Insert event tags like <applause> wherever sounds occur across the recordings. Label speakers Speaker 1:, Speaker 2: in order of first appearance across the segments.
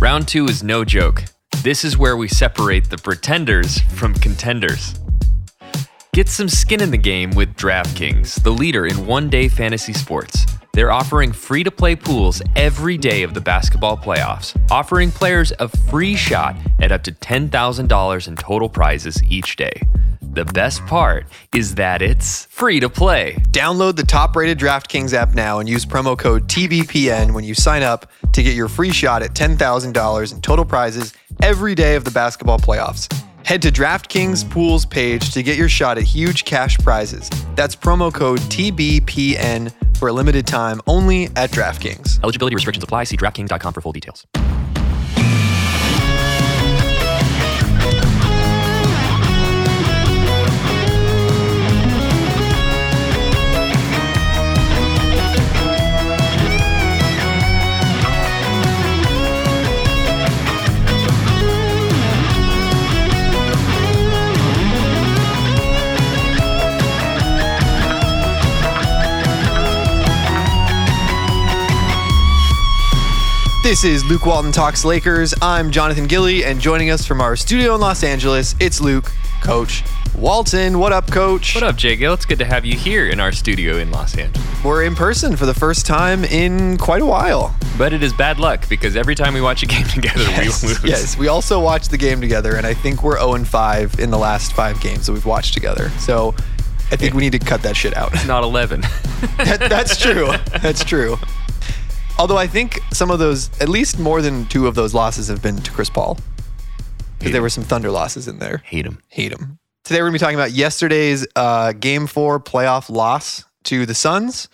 Speaker 1: Round two is no joke. This is where we separate the pretenders from contenders. Get some skin in the game with DraftKings, the leader in one day fantasy sports. They're offering free to play pools every day of the basketball playoffs, offering players a free shot at up to $10,000 in total prizes each day. The best part is that it's free to play.
Speaker 2: Download the top rated DraftKings app now and use promo code TBPN when you sign up to get your free shot at $10,000 in total prizes every day of the basketball playoffs. Head to DraftKings Pools page to get your shot at huge cash prizes. That's promo code TBPN for a limited time only at DraftKings.
Speaker 1: Eligibility restrictions apply. See DraftKings.com for full details.
Speaker 2: This is Luke Walton Talks Lakers. I'm Jonathan Gilly, and joining us from our studio in Los Angeles, it's Luke, Coach Walton. What up, Coach?
Speaker 1: What up, Jay Gill? It's good to have you here in our studio in Los Angeles.
Speaker 2: We're in person for the first time in quite a while.
Speaker 1: But it is bad luck because every time we watch a game <laughs> together, we lose.
Speaker 2: yes, we also watched the game together, and I think we're 0 and 5 in the last five games that we've watched together. So I think we need to cut that shit out. <laughs>
Speaker 1: Not 11.
Speaker 2: that, that's true. That's true. Although I think some of those, at least more than two of those losses, have been to Chris Paul. Because there were some Thunder losses in there.
Speaker 1: Hate him.
Speaker 2: Hate him. Today we're going to be talking about yesterday's uh, Game 4 playoff loss to the Suns.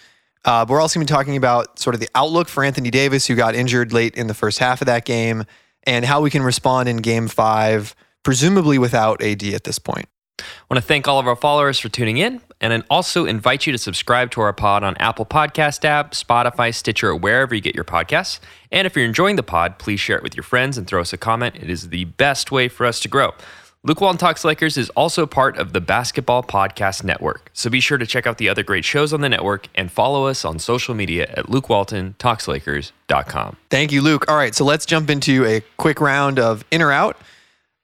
Speaker 2: Uh, but we're also going to be talking about sort of the outlook for Anthony Davis, who got injured late in the first half of that game, and how we can respond in Game 5, presumably without AD at this point.
Speaker 1: I want to thank all of our followers for tuning in and then also invite you to subscribe to our pod on Apple Podcast app, Spotify, Stitcher, or wherever you get your podcasts. And if you're enjoying the pod, please share it with your friends and throw us a comment. It is the best way for us to grow. Luke Walton Talks Lakers is also part of the Basketball Podcast Network. So be sure to check out the other great shows on the network and follow us on social media at lukewaltontalkslakers.com.
Speaker 2: Thank you, Luke. All right, so let's jump into a quick round of in or out.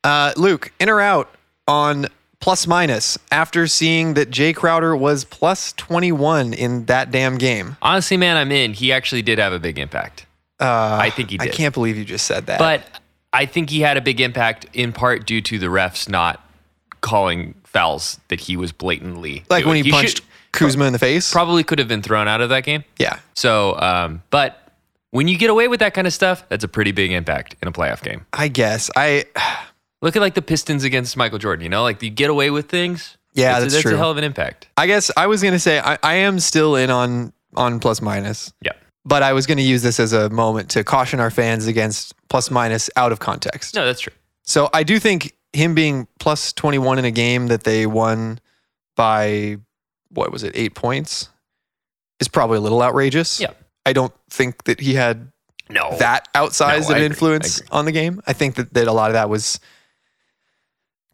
Speaker 2: Uh, Luke, in or out on plus minus after seeing that Jay Crowder was plus 21 in that damn game.
Speaker 1: Honestly, man, I'm in. He actually did have a big impact.
Speaker 2: Uh,
Speaker 1: I think he
Speaker 2: I
Speaker 1: did.
Speaker 2: can't believe you just said that.
Speaker 1: But I think he had a big impact in part due to the refs not calling fouls that he was blatantly
Speaker 2: like when
Speaker 1: doing.
Speaker 2: he, punched
Speaker 1: should-
Speaker 2: Kuzma in the face.
Speaker 1: probably could have been thrown out of that game.
Speaker 2: yeah.
Speaker 1: So, um, but when you get away with that kind of stuff, that's a pretty big impact in a playoff game.
Speaker 2: I guess. I
Speaker 1: Look at like the Pistons against Michael Jordan. You know, like you get away with things. that's,
Speaker 2: Yeah,
Speaker 1: a-
Speaker 2: that's
Speaker 1: that's
Speaker 2: true.
Speaker 1: a hell of an impact.
Speaker 2: I guess I was going to say I, I am still in on on plus minus.
Speaker 1: Yeah.
Speaker 2: But I was going to use this as a moment to caution our fans against plus minus out of context.
Speaker 1: No, that's true.
Speaker 2: So I do think him being plus 21 in a game that they won by what was it, eight points is probably a little outrageous.
Speaker 1: Yeah.
Speaker 2: I don't think that he had
Speaker 1: No,
Speaker 2: that outsized
Speaker 1: No,
Speaker 2: of
Speaker 1: I
Speaker 2: an
Speaker 1: agree.
Speaker 2: influence
Speaker 1: I agree.
Speaker 2: on the game. I think that, that a lot of that was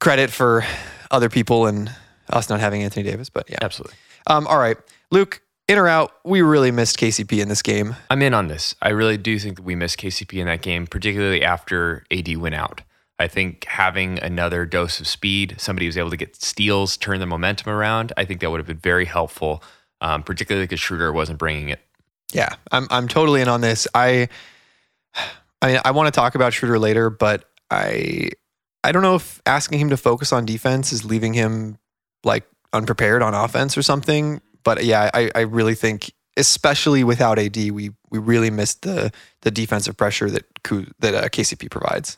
Speaker 2: credit for other people and us not having Anthony Davis. But yeah.
Speaker 1: absolutely.
Speaker 2: Um, all right. Luke, in or out, we really missed KCP in this game.
Speaker 1: I'm in on this. I really do think that we missed KCP in that game, particularly after AD went out. I think having another dose of speed, somebody who's able to get steals, turn the momentum around, I think that would have been very helpful, um, particularly because Schroeder wasn't bringing it.
Speaker 2: Yeah, I'm I'm totally in on this. I I mean, I want to talk about Schroeder later, but I I don't know if asking him to focus on defense is leaving him like unprepared on offense or something. But yeah, I, I really think especially without AD, we we really missed the the defensive pressure that Ku- that uh, KCP provides.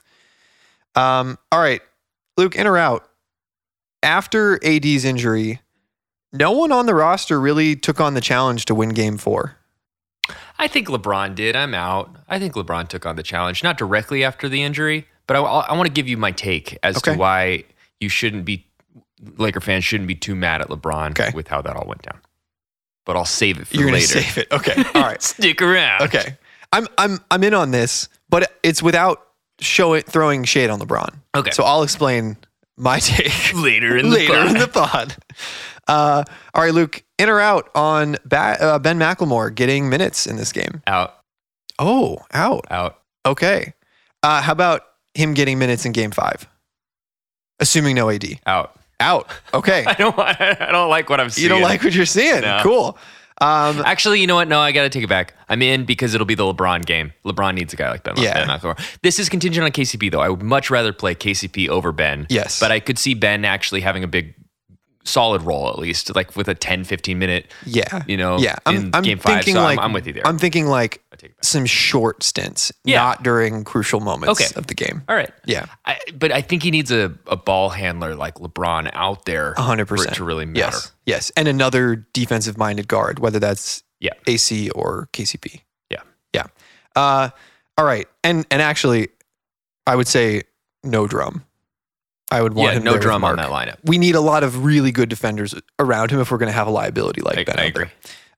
Speaker 2: Um, all right, Luke, in or out? After AD's injury, no one on the roster really took on the challenge to win Game Four.
Speaker 1: I think LeBron did. I'm out. I think LeBron took on the challenge, not directly after the injury, but I, want to give you my take as
Speaker 2: Okay.
Speaker 1: to why you shouldn't be, Laker fans shouldn't be too mad at LeBron
Speaker 2: Okay.
Speaker 1: with how that all went down. But I'll save it for
Speaker 2: You're
Speaker 1: later. <laughs>
Speaker 2: gonna save it. Okay. All right.
Speaker 1: Stick around.
Speaker 2: okay. I'm I'm I'm in on this, but it's without showing throwing shade on LeBron.
Speaker 1: Okay.
Speaker 2: So I'll explain my <laughs> take
Speaker 1: later in the
Speaker 2: later in the pod. Uh, all right, Luke, in or out on ba- uh, Ben McLemore getting minutes in this game?
Speaker 1: out
Speaker 2: Oh, out.
Speaker 1: out
Speaker 2: Okay. Uh, how about him getting minutes in game five? Assuming no AD.
Speaker 1: Out.
Speaker 2: Out. Okay.
Speaker 1: <laughs> I don't. I don't like what I'm seeing.
Speaker 2: you don't like what you're seeing.
Speaker 1: No.
Speaker 2: Cool. Um,
Speaker 1: Actually, you know what? No, I got to take it back. I'm in because it'll be the LeBron game. LeBron needs a guy like Ben.
Speaker 2: Yeah.
Speaker 1: ben McElroy. This is contingent on KCP though. I would much rather play KCP over Ben.
Speaker 2: Yes.
Speaker 1: But I could see Ben actually having a big, solid role at least, like with a 10, 15 minute.
Speaker 2: yeah.
Speaker 1: You know.
Speaker 2: yeah. I'm,
Speaker 1: Oh, in
Speaker 2: I'm
Speaker 1: game five.
Speaker 2: thinking
Speaker 1: so I'm-
Speaker 2: like
Speaker 1: I'm, with you there.
Speaker 2: I'm thinking like
Speaker 1: I take it back.
Speaker 2: some short stints,
Speaker 1: Yeah.
Speaker 2: not during crucial moments
Speaker 1: Okay.
Speaker 2: of the game.
Speaker 1: All right.
Speaker 2: Yeah.
Speaker 1: I, but I think he needs a, a ball handler like LeBron out there.
Speaker 2: A hundred
Speaker 1: for it
Speaker 2: percent.
Speaker 1: to really matter.
Speaker 2: Yes. Yes. And another defensive minded guard, whether that's
Speaker 1: Yeah.
Speaker 2: AC or KCP.
Speaker 1: Yeah.
Speaker 2: Yeah. Uh, all right. And and actually, I would say no drum. I would want
Speaker 1: Yeah,
Speaker 2: him
Speaker 1: no
Speaker 2: there with
Speaker 1: drum on
Speaker 2: Mark.
Speaker 1: that lineup.
Speaker 2: We need a lot of really good defenders around him if we're going to have a liability like
Speaker 1: I,
Speaker 2: Ben.
Speaker 1: I
Speaker 2: out
Speaker 1: agree.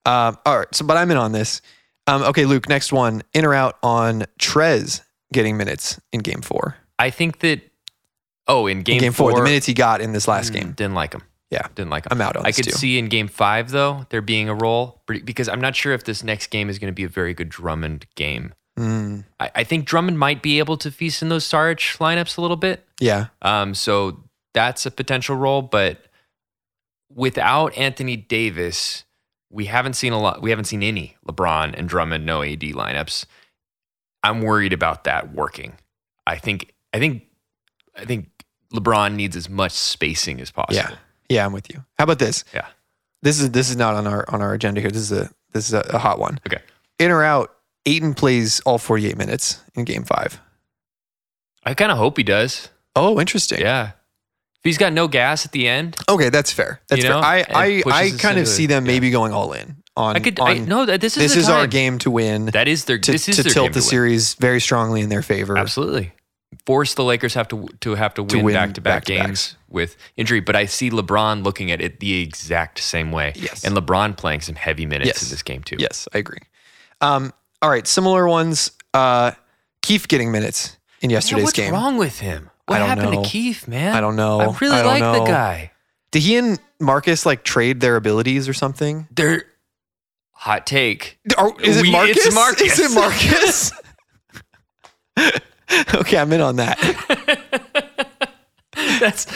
Speaker 2: there. Um, all right. So, but I'm in on this. Um, okay, Luke. Next one. In or out on Trez getting minutes in Game Four?
Speaker 1: I think that. Oh, in game,
Speaker 2: in game four, the minutes he got in this last
Speaker 1: Mm,
Speaker 2: game.
Speaker 1: Didn't like him.
Speaker 2: Yeah.
Speaker 1: Didn't like him.
Speaker 2: I'm out on
Speaker 1: I
Speaker 2: this
Speaker 1: could
Speaker 2: too.
Speaker 1: see in game five, though, there being a role but- because I'm not sure if this next game is going to be a very good Drummond game.
Speaker 2: Mm,
Speaker 1: I, I think Drummond might be able to feast in those Sarge lineups a little bit.
Speaker 2: yeah.
Speaker 1: Um, so that's a potential role, but without Anthony Davis, we haven't seen a lot. We haven't seen any LeBron and Drummond no AD lineups. I'm worried about that working. I think I think I think LeBron needs as much spacing as possible.
Speaker 2: Yeah. Yeah, I'm with you. How about this?
Speaker 1: Yeah.
Speaker 2: This is this is not on our on our agenda here. This is a this is a, a hot one.
Speaker 1: Okay.
Speaker 2: In or out, Aiton plays all 48 minutes in game five.
Speaker 1: I kind of hope he does.
Speaker 2: Oh, interesting.
Speaker 1: Yeah. If he's got no gas at the end,
Speaker 2: Okay, that's fair. That's
Speaker 1: You know,
Speaker 2: fair. I
Speaker 1: and
Speaker 2: I,
Speaker 1: pushes
Speaker 2: I
Speaker 1: us
Speaker 2: kind of
Speaker 1: into
Speaker 2: see
Speaker 1: it.
Speaker 2: them maybe going all in on
Speaker 1: I could.
Speaker 2: on
Speaker 1: I, no, that- this is
Speaker 2: this
Speaker 1: the
Speaker 2: is our
Speaker 1: time.
Speaker 2: game to win
Speaker 1: That is their.
Speaker 2: to,
Speaker 1: this is
Speaker 2: to
Speaker 1: their
Speaker 2: tilt
Speaker 1: game
Speaker 2: the
Speaker 1: to win.
Speaker 2: series very strongly in their favor.
Speaker 1: Absolutely. Force the Lakers have to to have to
Speaker 2: To
Speaker 1: win
Speaker 2: win
Speaker 1: back to back
Speaker 2: back-to-backs.
Speaker 1: games with injury, but I see LeBron looking at it the exact same way.
Speaker 2: Yes.
Speaker 1: And LeBron playing some heavy minutes
Speaker 2: Yes.
Speaker 1: in this game too.
Speaker 2: Yes, I agree. Um, all right, similar ones. Uh, Keith getting minutes in
Speaker 1: Man,
Speaker 2: yesterday's
Speaker 1: what's
Speaker 2: game.
Speaker 1: wrong with him? What
Speaker 2: I don't
Speaker 1: happened
Speaker 2: know.
Speaker 1: to Keith, man?
Speaker 2: I don't know.
Speaker 1: I really
Speaker 2: I don't
Speaker 1: like the
Speaker 2: know.
Speaker 1: guy.
Speaker 2: Did he and Marcus like trade their abilities or something?
Speaker 1: They're hot take. <laughs>
Speaker 2: Are- is it
Speaker 1: We-
Speaker 2: Marcus?
Speaker 1: it's Oh, Marcus.
Speaker 2: Is it Marcus? <laughs> okay, I'm in on that.
Speaker 1: That's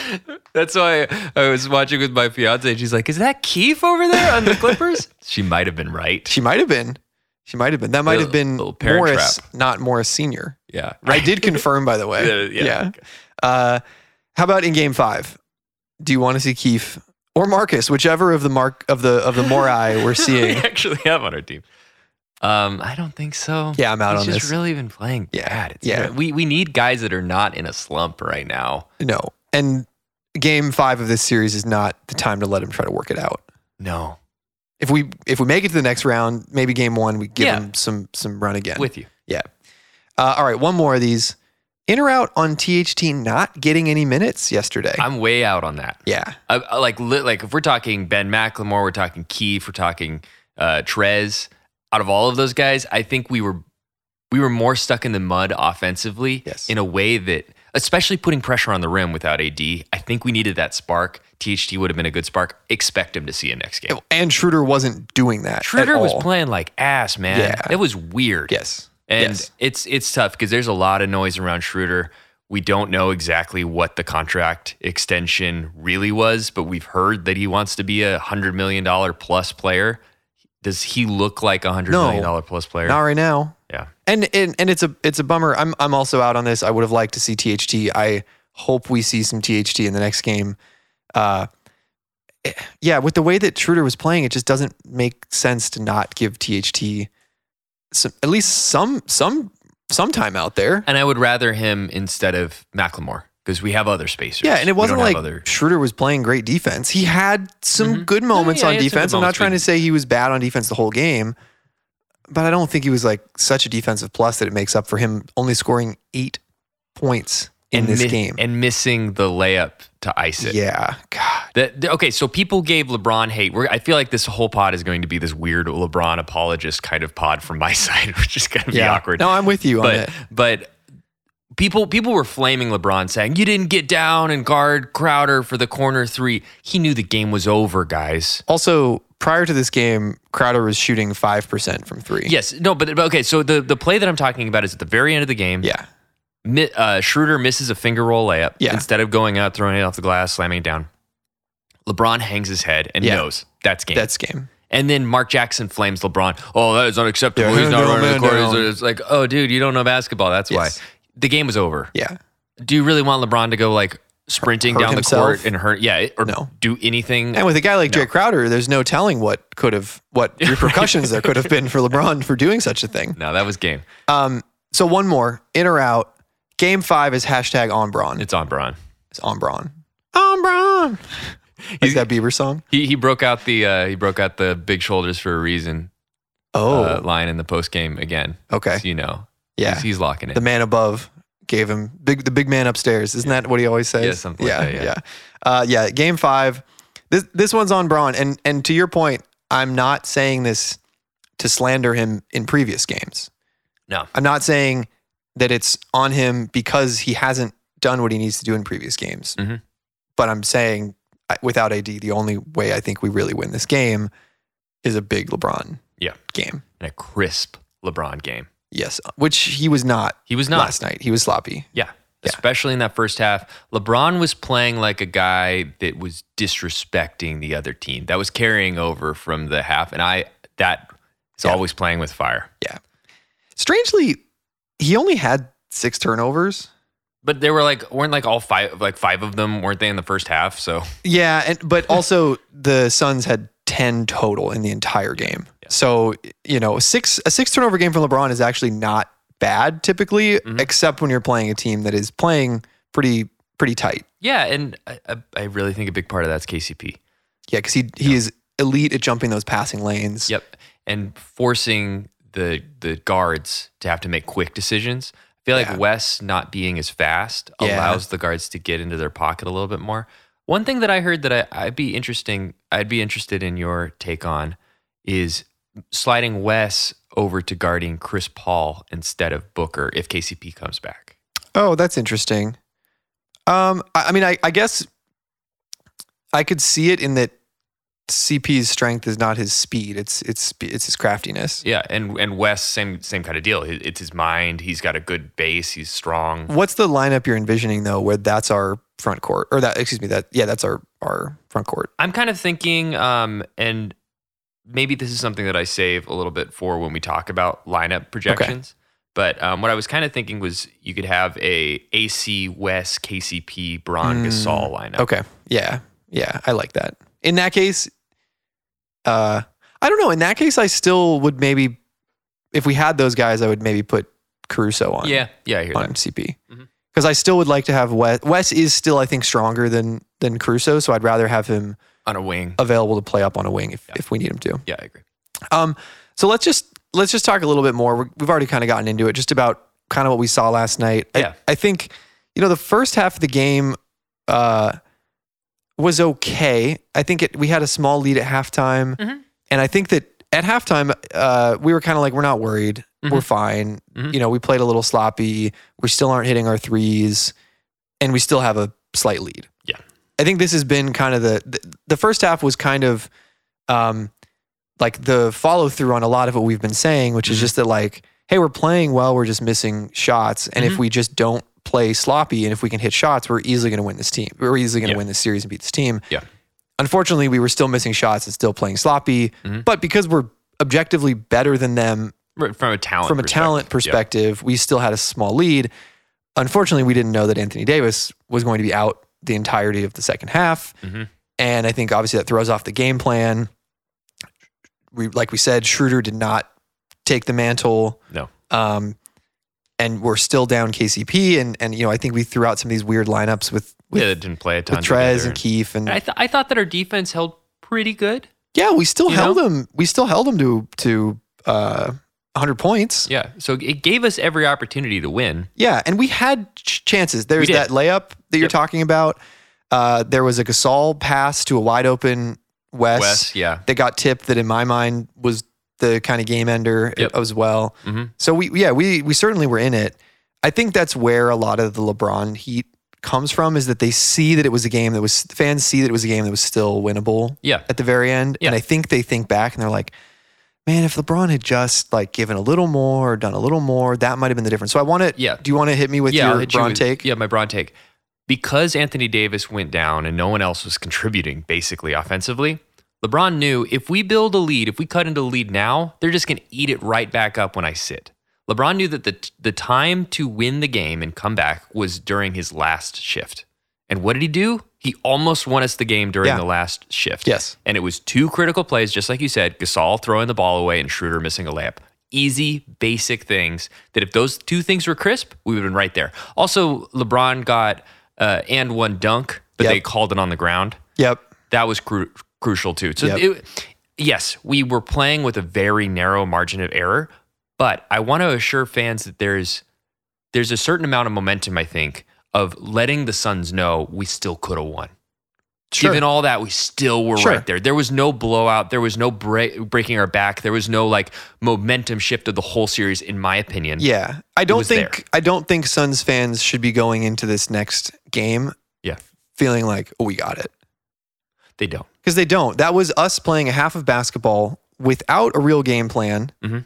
Speaker 1: that's why I was watching with my fiance and she's like, Is that Keith over there on the
Speaker 2: <laughs>
Speaker 1: Clippers? she might have been right.
Speaker 2: She might have been. She might have been. That might have been
Speaker 1: Little parent
Speaker 2: Morris, not Morris Senior.
Speaker 1: Yeah. <laughs>
Speaker 2: I did confirm, by the way.
Speaker 1: Yeah, yeah.
Speaker 2: Uh, how about in Game Five? Do you want to see Keith or Marcus, whichever of the mark of the of the Mori
Speaker 1: <laughs>
Speaker 2: we're
Speaker 1: we
Speaker 2: seeing?
Speaker 1: actually have on our team. Um, I don't think so.
Speaker 2: Yeah, I'm out
Speaker 1: He's
Speaker 2: on
Speaker 1: just
Speaker 2: this.
Speaker 1: really been playing
Speaker 2: Yeah,
Speaker 1: bad. It's
Speaker 2: yeah.
Speaker 1: We we need guys that are not in a slump right now.
Speaker 2: No. And Game Five of this series is not the time to let him try to work it out.
Speaker 1: No,
Speaker 2: if we if we make it to the next round, maybe game one, we give
Speaker 1: Yeah.
Speaker 2: them some some run again.
Speaker 1: with you.
Speaker 2: yeah. Uh, all right, one more of these. In or out on THT not getting any minutes yesterday.
Speaker 1: I'm way out on that.
Speaker 2: yeah,
Speaker 1: I, I like li- like if we're talking Ben McLemore, we're talking Keith, we're talking uh, Trez. Out of all of those guys, I think we were we were more stuck in the mud offensively
Speaker 2: Yes.
Speaker 1: in a way that, especially putting pressure on the rim without AD. I think we needed that spark. THT would have been a good spark. Expect him to see him next game.
Speaker 2: and Schroeder wasn't doing that. at
Speaker 1: Schroeder was
Speaker 2: all.
Speaker 1: playing like ass, man.
Speaker 2: Yeah.
Speaker 1: It was weird.
Speaker 2: Yes,
Speaker 1: And
Speaker 2: yes.
Speaker 1: it's it's tough because there's a lot of noise around Schroeder. We don't know exactly what the contract extension really was, but we've heard that he wants to be a hundred million dollar plus player. Does he look like a hundred
Speaker 2: No.
Speaker 1: million dollar plus player?
Speaker 2: not right now.
Speaker 1: Yeah.
Speaker 2: And, and and it's a it's a bummer. I'm I'm also out on this. I would have liked to see THT. I hope we see some THT in the next game. Uh, eh, yeah, with the way that Schroeder was playing, it just doesn't make sense to not give THT some, at least some some some time out there.
Speaker 1: And I would rather him instead of Macklemore because we have other spacers.
Speaker 2: Yeah, and it
Speaker 1: We
Speaker 2: wasn't
Speaker 1: don't have
Speaker 2: like Schroeder was playing great defense. He had some
Speaker 1: Mhm.
Speaker 2: good moments
Speaker 1: yeah,
Speaker 2: on
Speaker 1: he had some good
Speaker 2: defense. I'm not
Speaker 1: moments,
Speaker 2: trying
Speaker 1: but-
Speaker 2: to say he was bad on defense the whole game, but I don't think he was like such a defensive plus that it makes up for him only scoring eight points in
Speaker 1: and
Speaker 2: this
Speaker 1: mi-
Speaker 2: game.
Speaker 1: and missing the layup to ice it.
Speaker 2: yeah, God,
Speaker 1: That, th- okay, so people gave LeBron hate. We're, I feel like this whole pod is going to be this weird LeBron apologist kind of pod from my <laughs> side, which is going to be
Speaker 2: yeah.
Speaker 1: awkward.
Speaker 2: No, I'm with you on
Speaker 1: but
Speaker 2: it.
Speaker 1: but people people were flaming LeBron, saying you didn't get down and guard Crowder for the corner three. He knew the game was over, guys.
Speaker 2: Also, prior to this game, Crowder was shooting five percent from three.
Speaker 1: Yes, no, but, but okay. So the the play that I'm talking about is at the very end of the game.
Speaker 2: yeah,
Speaker 1: Mi- uh, Schroeder misses a finger roll layup.
Speaker 2: Yeah.
Speaker 1: Instead of going out, throwing it off the glass, slamming it down, LeBron hangs his head and
Speaker 2: Yeah.
Speaker 1: knows that's game.
Speaker 2: That's game.
Speaker 1: and then Mark Jackson flames LeBron. Oh, that is unacceptable.
Speaker 2: Yeah,
Speaker 1: He's not
Speaker 2: no,
Speaker 1: running the
Speaker 2: man,
Speaker 1: court.
Speaker 2: no.
Speaker 1: It's like, oh, dude, you don't know basketball. That's
Speaker 2: Yes.
Speaker 1: why the game was over.
Speaker 2: Yeah.
Speaker 1: Do you really want LeBron to go like sprinting
Speaker 2: Hurt
Speaker 1: down the court
Speaker 2: himself?
Speaker 1: and hurt? Yeah, it- or
Speaker 2: No.
Speaker 1: do anything?
Speaker 2: And with a guy like Jay Crowder, there's no telling what could have
Speaker 1: <laughs>
Speaker 2: what repercussions there could have been for LeBron for doing such a thing.
Speaker 1: no, that was game.
Speaker 2: Um, so one more in or out. Game five is hashtag on Braun.
Speaker 1: It's on Bron.
Speaker 2: It's on Braun. On Braun. Like that Bieber song.
Speaker 1: He he broke out the uh, he broke out the big shoulders for a reason
Speaker 2: Oh,
Speaker 1: uh, line in the post game again.
Speaker 2: okay.
Speaker 1: So you know,
Speaker 2: Yeah.
Speaker 1: he's, he's locking it.
Speaker 2: the man above gave him big the big man upstairs. Isn't that what he always says?
Speaker 1: Yeah, something like that, yeah.
Speaker 2: yeah. Uh, yeah, game five. This this one's on Braun, and and to your point, I'm not saying this to slander him in previous games.
Speaker 1: No.
Speaker 2: I'm not saying that it's on him because he hasn't done what he needs to do in previous games.
Speaker 1: Mhm.
Speaker 2: But I'm saying I- without AD, the only way I think we really win this game is a big LeBron
Speaker 1: Yeah.
Speaker 2: game.
Speaker 1: in a crisp LeBron game.
Speaker 2: Yes, which he was not
Speaker 1: He was not.
Speaker 2: last night. He was sloppy.
Speaker 1: Yeah.
Speaker 2: Yeah.
Speaker 1: Especially in that first half, LeBron was playing like a guy that was disrespecting the other team. That was carrying over from the half, and I that is
Speaker 2: Yeah.
Speaker 1: always playing with fire.
Speaker 2: Strangely, he only had six turnovers.
Speaker 1: But they were like weren't like all five like five of them weren't they in the first half? So
Speaker 2: Yeah, and but also the Suns had ten total in the entire game. So you know, six a six turnover game from LeBron is actually not bad typically,
Speaker 1: Mhm.
Speaker 2: except when you're playing a team that is playing pretty pretty tight.
Speaker 1: yeah, and I, I- I really think a big part of that's KCP.
Speaker 2: Yeah, because he he is elite at jumping those passing lanes.
Speaker 1: Yep. And forcing the the guards to have to make quick decisions. I feel like
Speaker 2: Yeah.
Speaker 1: Wes not being as fast
Speaker 2: Yeah.
Speaker 1: allows the guards to get into their pocket a little bit more. One thing that I heard that I, I'd be interesting I'd be interested in your take on is sliding Wes over to guarding Chris Paul instead of Booker if KCP comes back.
Speaker 2: Oh, that's interesting. Um, I, I mean, I, I guess I could see it in that CP's strength is not his speed; it's it's spe- it's his craftiness.
Speaker 1: Yeah, and and Wes same same kind of deal. It- It's his mind. He's got a good base. He's strong.
Speaker 2: What's the lineup you're envisioning though, where that's our front court, or that excuse me, that yeah, that's our our front court.
Speaker 1: I'm kind of thinking, um, and maybe this is something that I save a little bit for when we talk about lineup projections. But um, what I was kind of thinking was you could have a AC West KCP Bron
Speaker 2: Mm,
Speaker 1: Gasol lineup.
Speaker 2: Okay, yeah, yeah, I like that. In that case, uh, I don't know. In that case, I still would maybe, if we had those guys, I would maybe put Caruso on.
Speaker 1: Yeah, yeah, I hear
Speaker 2: on
Speaker 1: that.
Speaker 2: CP
Speaker 1: Mhm.
Speaker 2: because I still would like to have Wes. Wes is still, I think, stronger than than Crusoe, so I'd rather have him
Speaker 1: On a wing.
Speaker 2: available to play up on a wing if,
Speaker 1: Yeah.
Speaker 2: if we need him to.
Speaker 1: Yeah, I agree.
Speaker 2: Um, so let's just let's just talk a little bit more. We're, we've already kind of gotten into it, just about kind of what we saw last night. I-
Speaker 1: Yeah.
Speaker 2: I, think you know the first half of the game uh, was okay. I think it we had a small lead at halftime,
Speaker 1: Mhm.
Speaker 2: and I think that at halftime uh, we were kind of like we're not worried, we're
Speaker 1: Mhm.
Speaker 2: fine.
Speaker 1: Mhm.
Speaker 2: You know, we played a little sloppy. We still aren't hitting our threes, and we still have a slight lead.
Speaker 1: Yeah.
Speaker 2: I think this has been kind of the the, the first half was kind of. Um, like the follow through on a lot of what we've been saying, which is
Speaker 1: Mhm.
Speaker 2: just that like, hey, we're playing well, we're just missing shots, and
Speaker 1: Mhm.
Speaker 2: if we just don't play sloppy, and if we can hit shots, we're easily going to win this team. We're easily going to
Speaker 1: Yeah.
Speaker 2: win this series and beat this team.
Speaker 1: Yeah.
Speaker 2: Unfortunately, we were still missing shots and still playing sloppy,
Speaker 1: Mhm.
Speaker 2: but because we're objectively better than them
Speaker 1: Right, From a talent
Speaker 2: from a talent
Speaker 1: Yeah.
Speaker 2: perspective, we still had a small lead. Unfortunately, we didn't know that Anthony Davis was going to be out the entirety of the second half.
Speaker 1: Mhm.
Speaker 2: And I think obviously that throws off the game plan. We like we said, Schroeder did not take the mantle.
Speaker 1: No.
Speaker 2: Um, and we're still down KCP and and you know, I think we threw out some of these weird lineups with with,
Speaker 1: yeah, that didn't play a ton.
Speaker 2: with Trez
Speaker 1: together.
Speaker 2: and Keefe and
Speaker 1: I, th- I thought that our defense held pretty good.
Speaker 2: Yeah, we still
Speaker 1: You
Speaker 2: held them we still held them to to uh 100 points.
Speaker 1: Yeah, so it gave us every opportunity to win.
Speaker 2: Yeah, and we had ch- chances. There's
Speaker 1: did.
Speaker 2: that layup that you're
Speaker 1: Yep.
Speaker 2: talking about. Uh, there was a Gasol pass to a wide open West
Speaker 1: Wes, yeah,
Speaker 2: that got tipped. That in my mind was the kind of game ender
Speaker 1: Yep.
Speaker 2: as well.
Speaker 1: Mhm.
Speaker 2: So we, yeah, we we certainly were in it. I think that's where a lot of the LeBron heat comes from is that they see that it was a game that was fans see that it was a game that was still winnable
Speaker 1: yeah,
Speaker 2: at the very end,
Speaker 1: Yeah.
Speaker 2: and I think they think back and they're like, man, if LeBron had just like given a little more, done a little more, that might have been the difference. So I want to.
Speaker 1: Yeah.
Speaker 2: Do you want to hit me with
Speaker 1: yeah, I'll
Speaker 2: your
Speaker 1: hit you
Speaker 2: LeBron
Speaker 1: with-
Speaker 2: take?
Speaker 1: Yeah, my Braun take. Because Anthony Davis went down and no one else was contributing basically offensively, LeBron knew if we build a lead, if we cut into a lead now, they're just going to eat it right back up when I sit. LeBron knew that the, the time to win the game and come back was during his last shift. And what did he do? He almost won us the game during
Speaker 2: Yeah.
Speaker 1: the last shift.
Speaker 2: Yes.
Speaker 1: And it was two critical plays, just like you said Gasol throwing the ball away and Schroeder missing a layup. Easy, basic things that if those two things were crisp, we would have been right there. Also, LeBron got uh, and one dunk, but
Speaker 2: Yep.
Speaker 1: they called it on the ground.
Speaker 2: Yep.
Speaker 1: That was cru- crucial too. So,
Speaker 2: Yep.
Speaker 1: it, yes, we were playing with a very narrow margin of error, but I want to assure fans that there's there's a certain amount of momentum, I think, of letting the Suns know we still could have won.
Speaker 2: Sure.
Speaker 1: Given all that, we still were
Speaker 2: Sure.
Speaker 1: right there. There was no blowout. There was no break, breaking our back. There was no like momentum shift of the whole series, in my opinion.
Speaker 2: Yeah, I don't
Speaker 1: was there.
Speaker 2: think I don't think Suns fans should be going into this next game.
Speaker 1: Yeah.
Speaker 2: feeling like oh we got it
Speaker 1: They don't.
Speaker 2: because they don't. That was us playing a half of basketball without a real game plan,
Speaker 1: Mhm.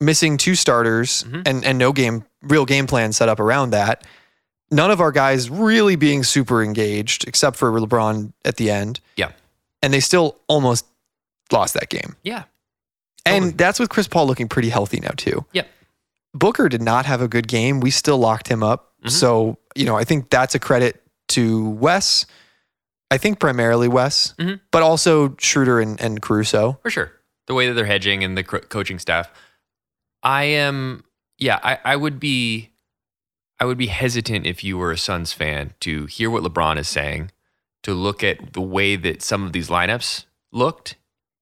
Speaker 2: missing two starters
Speaker 1: Mhm.
Speaker 2: and and no game real game plan set up around that. None of our guys really being super engaged except for LeBron at the end.
Speaker 1: Yeah.
Speaker 2: and they still almost lost that game.
Speaker 1: Yeah. Totally.
Speaker 2: And that's with Chris Paul looking pretty healthy now too.
Speaker 1: Yep.
Speaker 2: Booker did not have a good game. We still locked him up.
Speaker 1: Mhm.
Speaker 2: So, you know, I think that's a credit to Wes. I think primarily Wes,
Speaker 1: Mhm.
Speaker 2: but also Schroeder and, and Caruso.
Speaker 1: For sure. The way that they're hedging and the co- coaching staff. I am, yeah, I, I would be, I would be hesitant if you were a Suns fan to hear what LeBron is saying, to look at the way that some of these lineups looked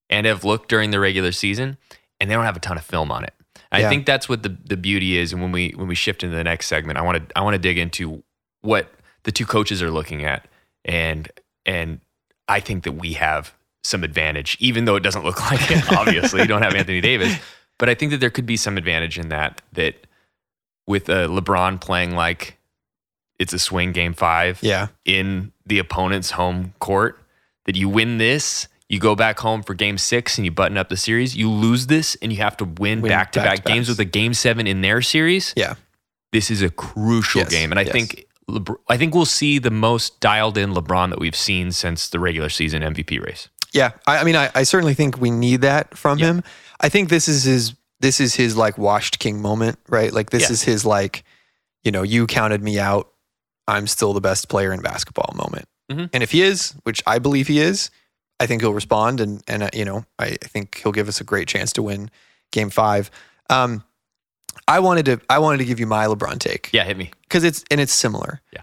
Speaker 1: and have looked during the regular season, and they don't have a ton of film on it. I
Speaker 2: Yeah.
Speaker 1: think that's what the, the beauty is. And when we when we shift into the next segment, I want to I want to dig into what the two coaches are looking at, and and I think that we have some advantage, even though it doesn't look <laughs> like it. Obviously, you don't have Anthony Davis, but I think that there could be some advantage in that. That with uh, LeBron playing like it's a swing game five
Speaker 2: Yeah.
Speaker 1: in the opponent's home court, that you win this, you go back home for game six and you button up the series. You lose this and you have to win
Speaker 2: Win
Speaker 1: back to back
Speaker 2: back-to-backs.
Speaker 1: games with a game seven in their series.
Speaker 2: Yeah.
Speaker 1: This is a crucial
Speaker 2: Yes,
Speaker 1: game. And I
Speaker 2: yes.
Speaker 1: think LeBr- I think we'll see the most dialed in LeBron that we've seen since the regular season MVP race.
Speaker 2: Yeah. I, I mean, I, I certainly think we need that from
Speaker 1: Yeah.
Speaker 2: him. I think this is his, this is his like washed king moment, right? Like this
Speaker 1: Yeah.
Speaker 2: is his like, you know, you counted me out. I'm still the best player in basketball moment.
Speaker 1: Mhm.
Speaker 2: And if he is, which I believe he is, I think he'll respond, and and uh, you know, I, I think he'll give us a great chance to win Game Five. Um, I wanted to I wanted to give you my LeBron take
Speaker 1: Yeah, hit
Speaker 2: <laughs>
Speaker 1: me.
Speaker 2: because it's and it's similar.
Speaker 1: Yeah.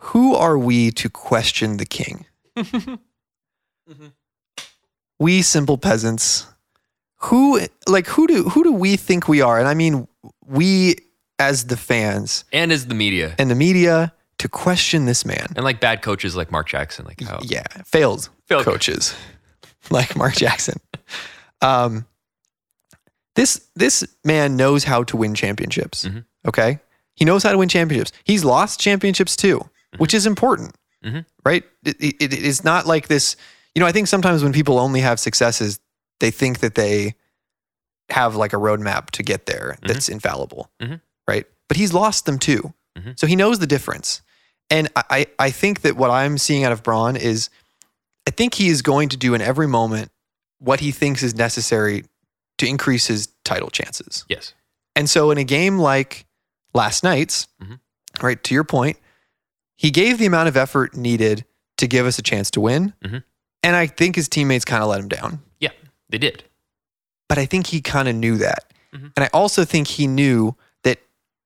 Speaker 2: Who are we to question the king? We simple peasants. Who like who do who do we think we are? And I mean we as the fans
Speaker 1: And as the media. And,
Speaker 2: and the media to question this man.
Speaker 1: like bad coaches like Mark Jackson, like how
Speaker 2: Yeah, failed,
Speaker 1: Failed
Speaker 2: coaches <laughs> like Mark Jackson. Um, this this man knows how to win championships.
Speaker 1: Mhm.
Speaker 2: Okay, he knows how to win championships. He's lost championships too, which is important,
Speaker 1: Mhm.
Speaker 2: right? It, it, it is not like this. You know, I think sometimes when people only have successes, they think that they have like a roadmap to get there that's infallible,
Speaker 1: Mhm.
Speaker 2: right? But he's lost them too,
Speaker 1: Mhm.
Speaker 2: so he knows the difference. And I, I I think that what I'm seeing out of Braun is I think he is going to do in every moment what he thinks is necessary to increase his title chances.
Speaker 1: Yes.
Speaker 2: And so in a game like last night's,
Speaker 1: Mhm.
Speaker 2: right, to your point, he gave the amount of effort needed to give us a chance to win.
Speaker 1: Mhm.
Speaker 2: And I think his teammates kind of let him down
Speaker 1: Yeah, they did.
Speaker 2: but I think he kind of knew that.
Speaker 1: Mhm.
Speaker 2: And I also think he knew that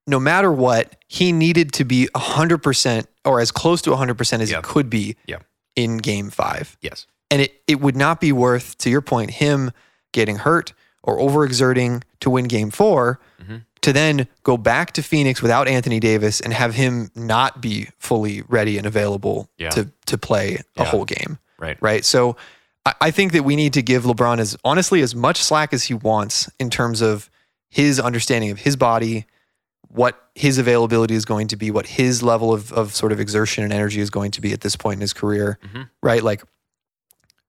Speaker 2: no matter what, he needed to be 100% or as close to 100% as
Speaker 1: Yeah.
Speaker 2: he could be
Speaker 1: Yeah.
Speaker 2: in game five.
Speaker 1: Yes.
Speaker 2: And it, it would not be worth, to your point, him getting hurt or overexerting to win game 4
Speaker 1: Mhm.
Speaker 2: to then go back to Phoenix without Anthony Davis and have him not be fully ready and available
Speaker 1: Yeah.
Speaker 2: to, to play a
Speaker 1: Yeah.
Speaker 2: whole game
Speaker 1: Right.
Speaker 2: right? So I, I think that we need to give LeBron as honestly as much slack as he wants in terms of his understanding of his body, what his availability is going to be, what his
Speaker 1: Mm-hmm.
Speaker 2: level of, of sort of exertion and energy is going to be at this point in his career,
Speaker 1: Mhm.
Speaker 2: right? Like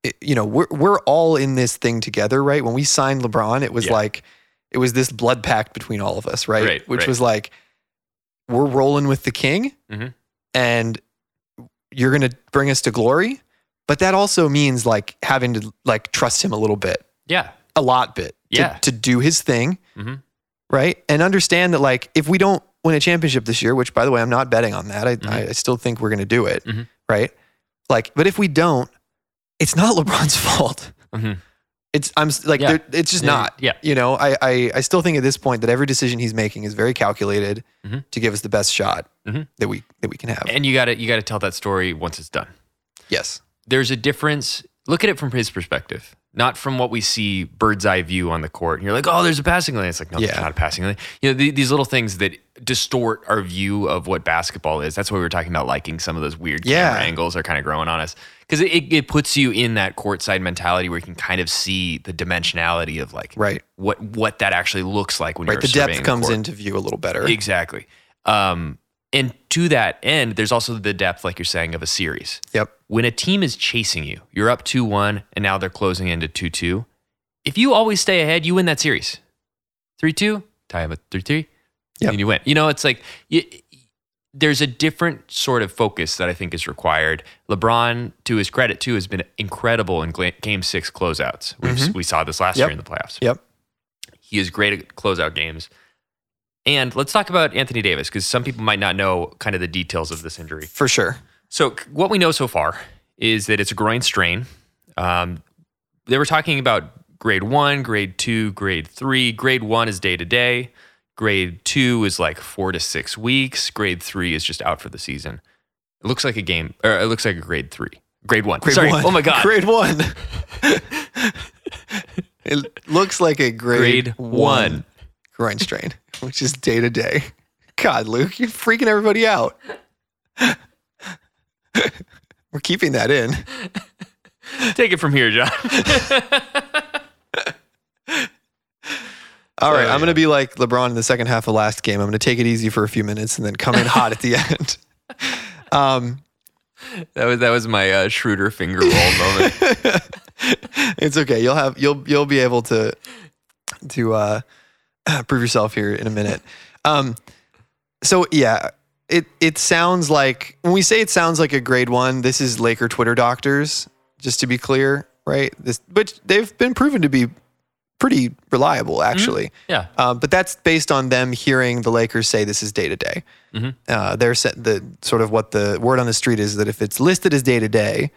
Speaker 2: it- you know, we're we're all in this thing together, right? When we signed LeBron, it was
Speaker 1: Yeah.
Speaker 2: like it was this blood pact between all of us, right?
Speaker 1: Right,
Speaker 2: Which
Speaker 1: right.
Speaker 2: was like we're rolling with the king,
Speaker 1: Mhm.
Speaker 2: and you're gonna bring us to glory. But that also means like having to like trust him a little bit,
Speaker 1: Yeah.
Speaker 2: a lot bit, to-
Speaker 1: Yeah.
Speaker 2: to, do his thing,
Speaker 1: Mhm.
Speaker 2: right? And understand that like if we don't win a championship this year, which by the way I'm not betting on that, I,
Speaker 1: Mhm.
Speaker 2: I, I still think we're gonna do it,
Speaker 1: Mhm.
Speaker 2: right? Like, but if we don't, it's not <laughs> LeBron's fault
Speaker 1: Mhm.
Speaker 2: it's I'm s- like
Speaker 1: Yeah.
Speaker 2: there it's just
Speaker 1: Yeah,
Speaker 2: not.
Speaker 1: yeah.
Speaker 2: You know, I, I I still think at this point that every decision he's making is very calculated
Speaker 1: Mhm.
Speaker 2: to give us the best shot
Speaker 1: Mhm.
Speaker 2: that we that we can have.
Speaker 1: And you got to you got to tell that story once it's done.
Speaker 2: yes.
Speaker 1: there's a difference. Look at it from his perspective, not from what we see bird's eye view on the court. And you're like, oh, there's a passing lane. It's like, no, there's
Speaker 2: Yeah.
Speaker 1: not a passing lane. You know, the, these little things that distort our view of what basketball is. That's why we were talking about liking some of those weird camera
Speaker 2: Yeah.
Speaker 1: angles are kind of growing on us because it, it, it puts you in that courtside mentality where you can kind of see the dimensionality of like
Speaker 2: Right.
Speaker 1: what what that actually looks like when
Speaker 2: Right.
Speaker 1: you're
Speaker 2: The
Speaker 1: surveying
Speaker 2: depth comes
Speaker 1: court.
Speaker 2: into view a little better.
Speaker 1: exactly. Um, and to that end, there's also the depth, like you're saying, of a series
Speaker 2: Yep.
Speaker 1: when a team is chasing you, you're up 2 1, and now they're closing into 2 2. If you always stay ahead, you win that series. 3 2, tie up at 3 3,
Speaker 2: Yep.
Speaker 1: and you win. You know, it's like you, there's a different sort of focus that I think is required. LeBron, to his credit, too, has been incredible in gla- game six closeouts. We've,
Speaker 2: Mhm.
Speaker 1: We saw this last
Speaker 2: Yep.
Speaker 1: year in the playoffs.
Speaker 2: Yep.
Speaker 1: He is great at closeout games. And let's talk about Anthony Davis because some people might not know kind of the details of this injury.
Speaker 2: For sure.
Speaker 1: So c- what we know so far is that it's a groin strain. Um, they were talking about grade one, grade two, grade three. Grade one is day to day. Grade two is like four to six weeks. Grade three is just out for the season. It looks like a game, or it looks like a grade three. Grade one.
Speaker 2: Grade
Speaker 1: Sorry.
Speaker 2: one.
Speaker 1: Oh my <laughs> god.
Speaker 2: Grade one. <laughs> it looks like a grade,
Speaker 1: Grade one.
Speaker 2: groin strain, which is day to day. God, Luke, you're freaking everybody out. <laughs> We're keeping that in.
Speaker 1: Take it from here, John.
Speaker 2: All right,
Speaker 1: Oh,
Speaker 2: I'm
Speaker 1: yeah.
Speaker 2: going to be like LeBron in the second half of last game. I'm going to take it easy for a few minutes and then come in hot at the <laughs> end. Um,
Speaker 1: <laughs> that was that was my uh, Schroeder finger roll moment.
Speaker 2: <laughs> it's okay. You'll have you'll you'll be able to to uh, <clears throat> prove yourself here in a minute. Um, so yeah, it it sounds like when we say it sounds like a grade one, this is Laker Twitter doctors. Just to be clear, right? This, but they've been proven to be pretty reliable, actually.
Speaker 1: Yeah.
Speaker 2: Um, but that's based on them hearing the Lakers say this is day to day.
Speaker 1: Mhm.
Speaker 2: They're sa- the sort of what the word on the street is that if it's listed as day to day,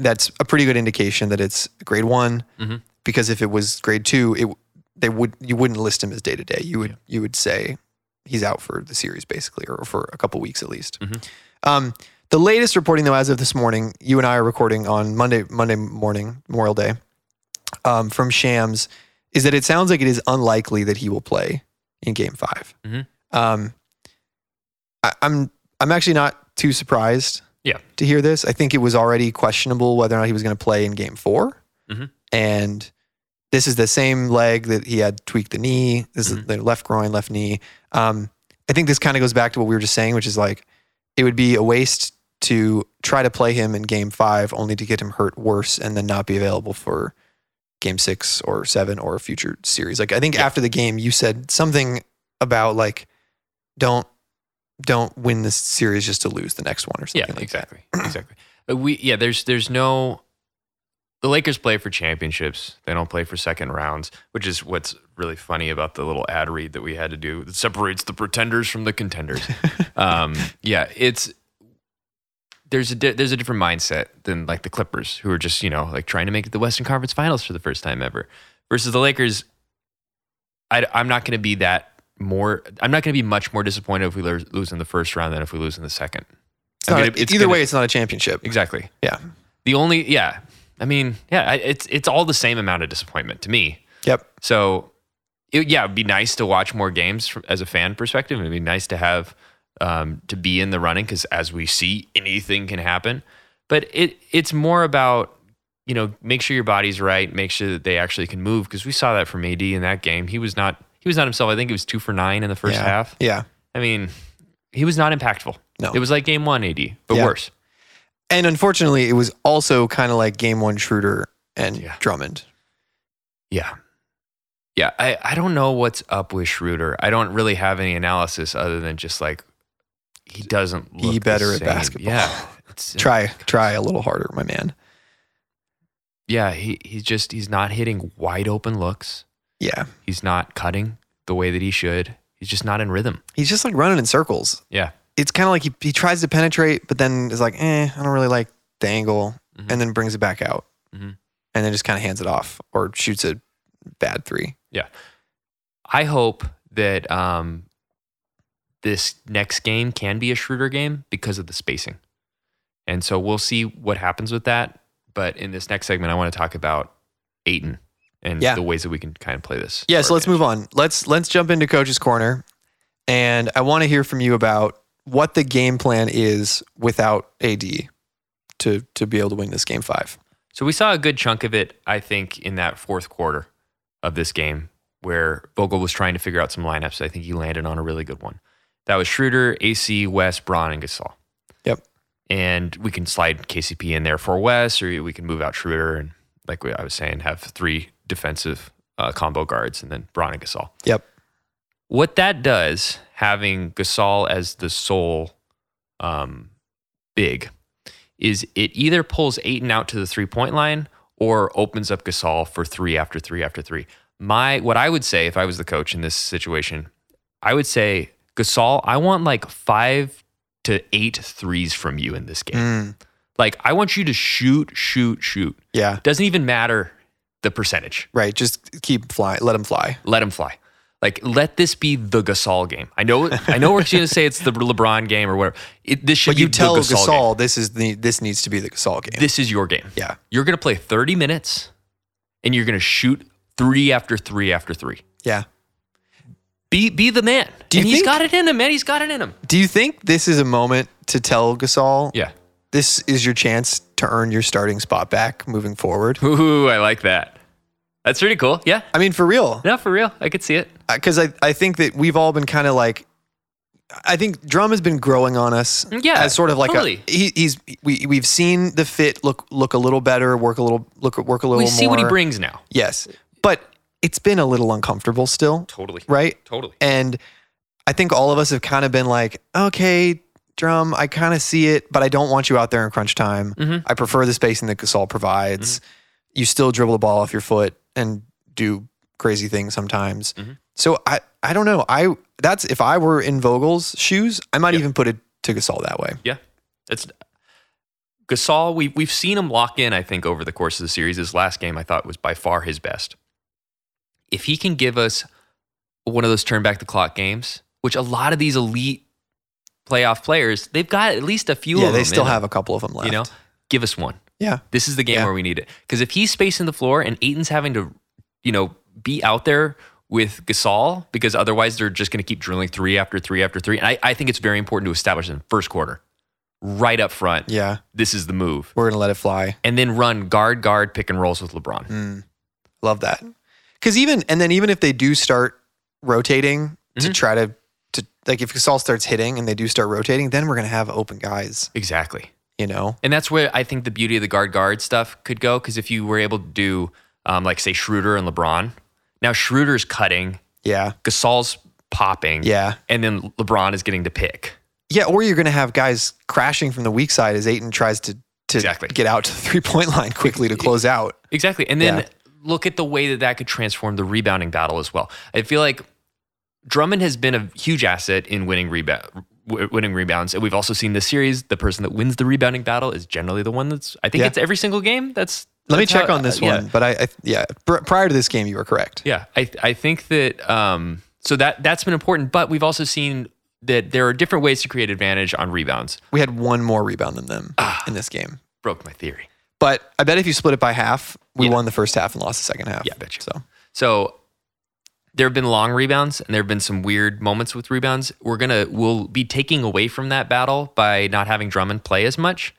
Speaker 2: that's a pretty good indication that it's grade one.
Speaker 1: Mhm.
Speaker 2: Because if it was grade two, it they would you wouldn't list him as day to day. You would you would say he's out for the series basically, or for a couple weeks at least.
Speaker 1: Mhm.
Speaker 2: Um, the latest reporting though, as of this morning, you and I are recording on Monday Monday morning Memorial Day um, from Shams is that it sounds like it is unlikely that he will play in Game 5
Speaker 1: Mhm.
Speaker 2: Um, I, I'm I'm actually not too surprised.
Speaker 1: Yeah.
Speaker 2: To hear this, I think it was already questionable whether or not he was going to play in Game 4
Speaker 1: Mhm.
Speaker 2: and this is the same leg that he had tweaked the knee. This is
Speaker 1: Mhm.
Speaker 2: the left groin, left knee. Um, I think this kind of goes back to what we were just saying, which is like it would be a waste to try to play him in Game Five only to get him hurt worse and then not be available for game six or seven or a future series. Like I think after the game, you said something about like don't don't win this series just to lose the next one or something
Speaker 1: yeah,
Speaker 2: like
Speaker 1: exactly, exactly. Uh, we yeah, there's there's no the Lakers play for championships. They don't play for second rounds, which is what's really funny about the little ad read that we had to do that separates the pretenders from the contenders. um, yeah, it's there's a di- there's a different mindset than like the Clippers who are just you know like trying to make the Western Conference Finals for the first time ever versus the Lakers. I, I'm not going to be that more. I'm not going to be much more disappointed if we lo- lose in the first round than if we lose in the second.
Speaker 2: that. It's not
Speaker 1: I'm
Speaker 2: a-
Speaker 1: gonna- it's
Speaker 2: Uh, either
Speaker 1: gonna-
Speaker 2: way, it's not a championship.
Speaker 1: Exactly.
Speaker 2: Yeah.
Speaker 1: The only yeah, I mean yeah, I- it's it's all the same amount of disappointment to me.
Speaker 2: Yep.
Speaker 1: So it, yeah, it'd be nice to watch more games from, as a fan perspective. It'd be nice to have um, to be in the running because as we see, anything can happen. But it it's more about you know make sure your body's right, make sure that they actually can move because we saw that from AD in that game. He was not he was not himself. I think he was two for nine in the first
Speaker 2: yeah.
Speaker 1: half.
Speaker 2: Yeah.
Speaker 1: I mean, he was not impactable.
Speaker 2: No.
Speaker 1: It was like game one AD, but
Speaker 2: Yeah.
Speaker 1: worse.
Speaker 2: And unfortunately, it was also kind of like game one Schroeder and
Speaker 1: Yeah.
Speaker 2: Drummond.
Speaker 1: Yeah. Yeah. I, I don't know what's up with Schroeder. I don't really have any analysis other than just like he doesn't look
Speaker 2: Be
Speaker 1: the
Speaker 2: better at
Speaker 1: same.
Speaker 2: basketball. <laughs>
Speaker 1: Yeah. It's, uh,
Speaker 2: Try try a little harder, my man.
Speaker 1: Yeah. He, he's just, he's not hitting wide open looks.
Speaker 2: Yeah.
Speaker 1: He's not cutting the way that he should. He's just not in rhythm.
Speaker 2: He's just like running in circles.
Speaker 1: Yeah.
Speaker 2: It's kind of like he, he tries to penetrate, but then is like, eh, I don't really like the angle,
Speaker 1: Mhm.
Speaker 2: and then brings it back out,
Speaker 1: Mhm.
Speaker 2: and then just kind of hands it off or shoots a bad three.
Speaker 1: I hope that um, this next game can be a Schroeder game because of the spacing. And so we'll see what happens with that. But in this next segment, I want to talk about Aiton and
Speaker 2: Yeah.
Speaker 1: the ways that we can kind of play this.
Speaker 2: Yeah,
Speaker 1: to
Speaker 2: so
Speaker 1: our
Speaker 2: let's move
Speaker 1: advantage.
Speaker 2: on. Let's let's jump into coach's corner, and I want to hear from you about what the game plan is without AD to to be able to win this game five.
Speaker 1: So we saw a good chunk of it, I think, in that fourth quarter of this game where Vogel was trying to figure out some lineups. I think he landed on a really good one. That was Schroeder, AC, West, Braun, and Gasol.
Speaker 2: Yep.
Speaker 1: And we can slide KCP in there for West, or we can move out Schroeder and, like we- I was saying, have three defensive uh, combo guards and then Braun and Gasol.
Speaker 2: Yep.
Speaker 1: What that does, having Gasol as the sole um, big, is it either pulls Aiton out to the three point line or opens up Gasol for three after three after three. My what I would say if I was the coach in this situation, I would say Gasol, I want like five to eight threes from you in this game.
Speaker 2: Mm,
Speaker 1: Like I want you to shoot, shoot, shoot.
Speaker 2: yeah,
Speaker 1: Doesn't even matter the percentage.
Speaker 2: right. Just keep flying. Let him fly.
Speaker 1: Let him fly. Like let this be the Gasol game. I know I know we're going to say it's the LeBron game or whatever. It, this should
Speaker 2: But
Speaker 1: be
Speaker 2: you tell
Speaker 1: the
Speaker 2: Gasol,
Speaker 1: Gasol game.
Speaker 2: this is the this needs to be the Gasol game.
Speaker 1: This is your game.
Speaker 2: yeah,
Speaker 1: You're going to play 30 minutes and you're going to shoot three after three after three.
Speaker 2: yeah.
Speaker 1: Be be the man.
Speaker 2: Do you
Speaker 1: and he's
Speaker 2: think-
Speaker 1: got it in him, man. He's got it in him.
Speaker 2: Do you think this is a moment to tell Gasol
Speaker 1: Yeah.
Speaker 2: this is your chance to earn your starting spot back moving forward?
Speaker 1: Ooh, I like that. That's pretty cool. Yeah.
Speaker 2: I mean, for real.
Speaker 1: No, for real. I could see it.
Speaker 2: because Uh, I, I think that we've all been kind of like I think drum has been growing on us
Speaker 1: Mm, Yeah,
Speaker 2: as sort of like
Speaker 1: totally.
Speaker 2: a he, he's we we've seen the fit look look a little better work a little look work a little
Speaker 1: We see what he
Speaker 2: more.
Speaker 1: brings now.
Speaker 2: yes but it's been a little uncomfortable still
Speaker 1: Totally.
Speaker 2: right
Speaker 1: Totally.
Speaker 2: and I think all of us have kind of been like okay drum I kind of see it but I don't want you out there in crunch time
Speaker 1: Mhm.
Speaker 2: I prefer the spacing that Gasol provides
Speaker 1: Mm-hmm.
Speaker 2: you still dribble the ball off your foot and do crazy things sometimes.
Speaker 1: Mhm.
Speaker 2: So I, I don't know. I that's if I were in Vogel's shoes, I might
Speaker 1: Yeah.
Speaker 2: even put it to Gasol that way.
Speaker 1: Yeah. That's Gasol, we we've seen him lock in, I think, over the course of the series. His last game I thought was by far his best. If he can give us one of those turn back the clock games, which a lot of these elite playoff players, they've got at least a few
Speaker 2: yeah,
Speaker 1: of them.
Speaker 2: they still
Speaker 1: in them,
Speaker 2: have a couple of them left.
Speaker 1: you know, give us one.
Speaker 2: Yeah.
Speaker 1: This is the game
Speaker 2: Yeah.
Speaker 1: where we need it. Because if he's spacing the floor and Aiton's having to, you know, be out there with Gasol, because otherwise they're just going to keep drilling three after three after three. And I, I think it's very important to establish in the first quarter, right up front,
Speaker 2: Yeah,
Speaker 1: this is the move.
Speaker 2: we're gonna let it fly.
Speaker 1: And then run guard, guard, pick and rolls with LeBron.
Speaker 2: Mm, love that. Because even and then even if they do start rotating to
Speaker 1: Mhm.
Speaker 2: try to to like if Gasol starts hitting and they do start rotating, then we're gonna have open guys.
Speaker 1: Exactly.
Speaker 2: You know,
Speaker 1: And that's where I think the beauty of the guard guard stuff could go. Because if you were able to do, um, like, say, Schroeder and LeBron, now Schroeder's cutting, Mm.
Speaker 2: yeah,
Speaker 1: Gasol's popping,
Speaker 2: yeah,
Speaker 1: and then LeBron is getting to pick.
Speaker 2: yeah. Or you're gonna have guys crashing from the weak side as Aiton tries to. To
Speaker 1: Exactly.
Speaker 2: get out to the three point line quickly to close out.
Speaker 1: Exactly. And then
Speaker 2: Yeah.
Speaker 1: look at the way that that could transform the rebounding battle as well. I feel like Drummond has been a huge asset in winning rebound w- winning rebounds and we've also seen this series the person that wins the rebounding battle is generally the one that's I think
Speaker 2: Yeah.
Speaker 1: it's every single game that's
Speaker 2: Let me
Speaker 1: that's
Speaker 2: check
Speaker 1: how-
Speaker 2: on this
Speaker 1: yeah.
Speaker 2: one, but I, I yeah, pr- prior to this game, you were correct.
Speaker 1: Yeah, I I think that um so that that's been important but we've also seen that there are different ways to create advantage on rebounds.
Speaker 2: We had one more rebound than them
Speaker 1: Ah.
Speaker 2: in this game,
Speaker 1: Broke my theory.
Speaker 2: but I bet if you split it by half, we
Speaker 1: Yeah.
Speaker 2: won the first half and lost the second half.
Speaker 1: Yeah, I bet you.
Speaker 2: So
Speaker 1: So there have been long rebounds and there have been some weird moments with rebounds. We're gonna we'll be taking away from that battle by not having Drummond play as much.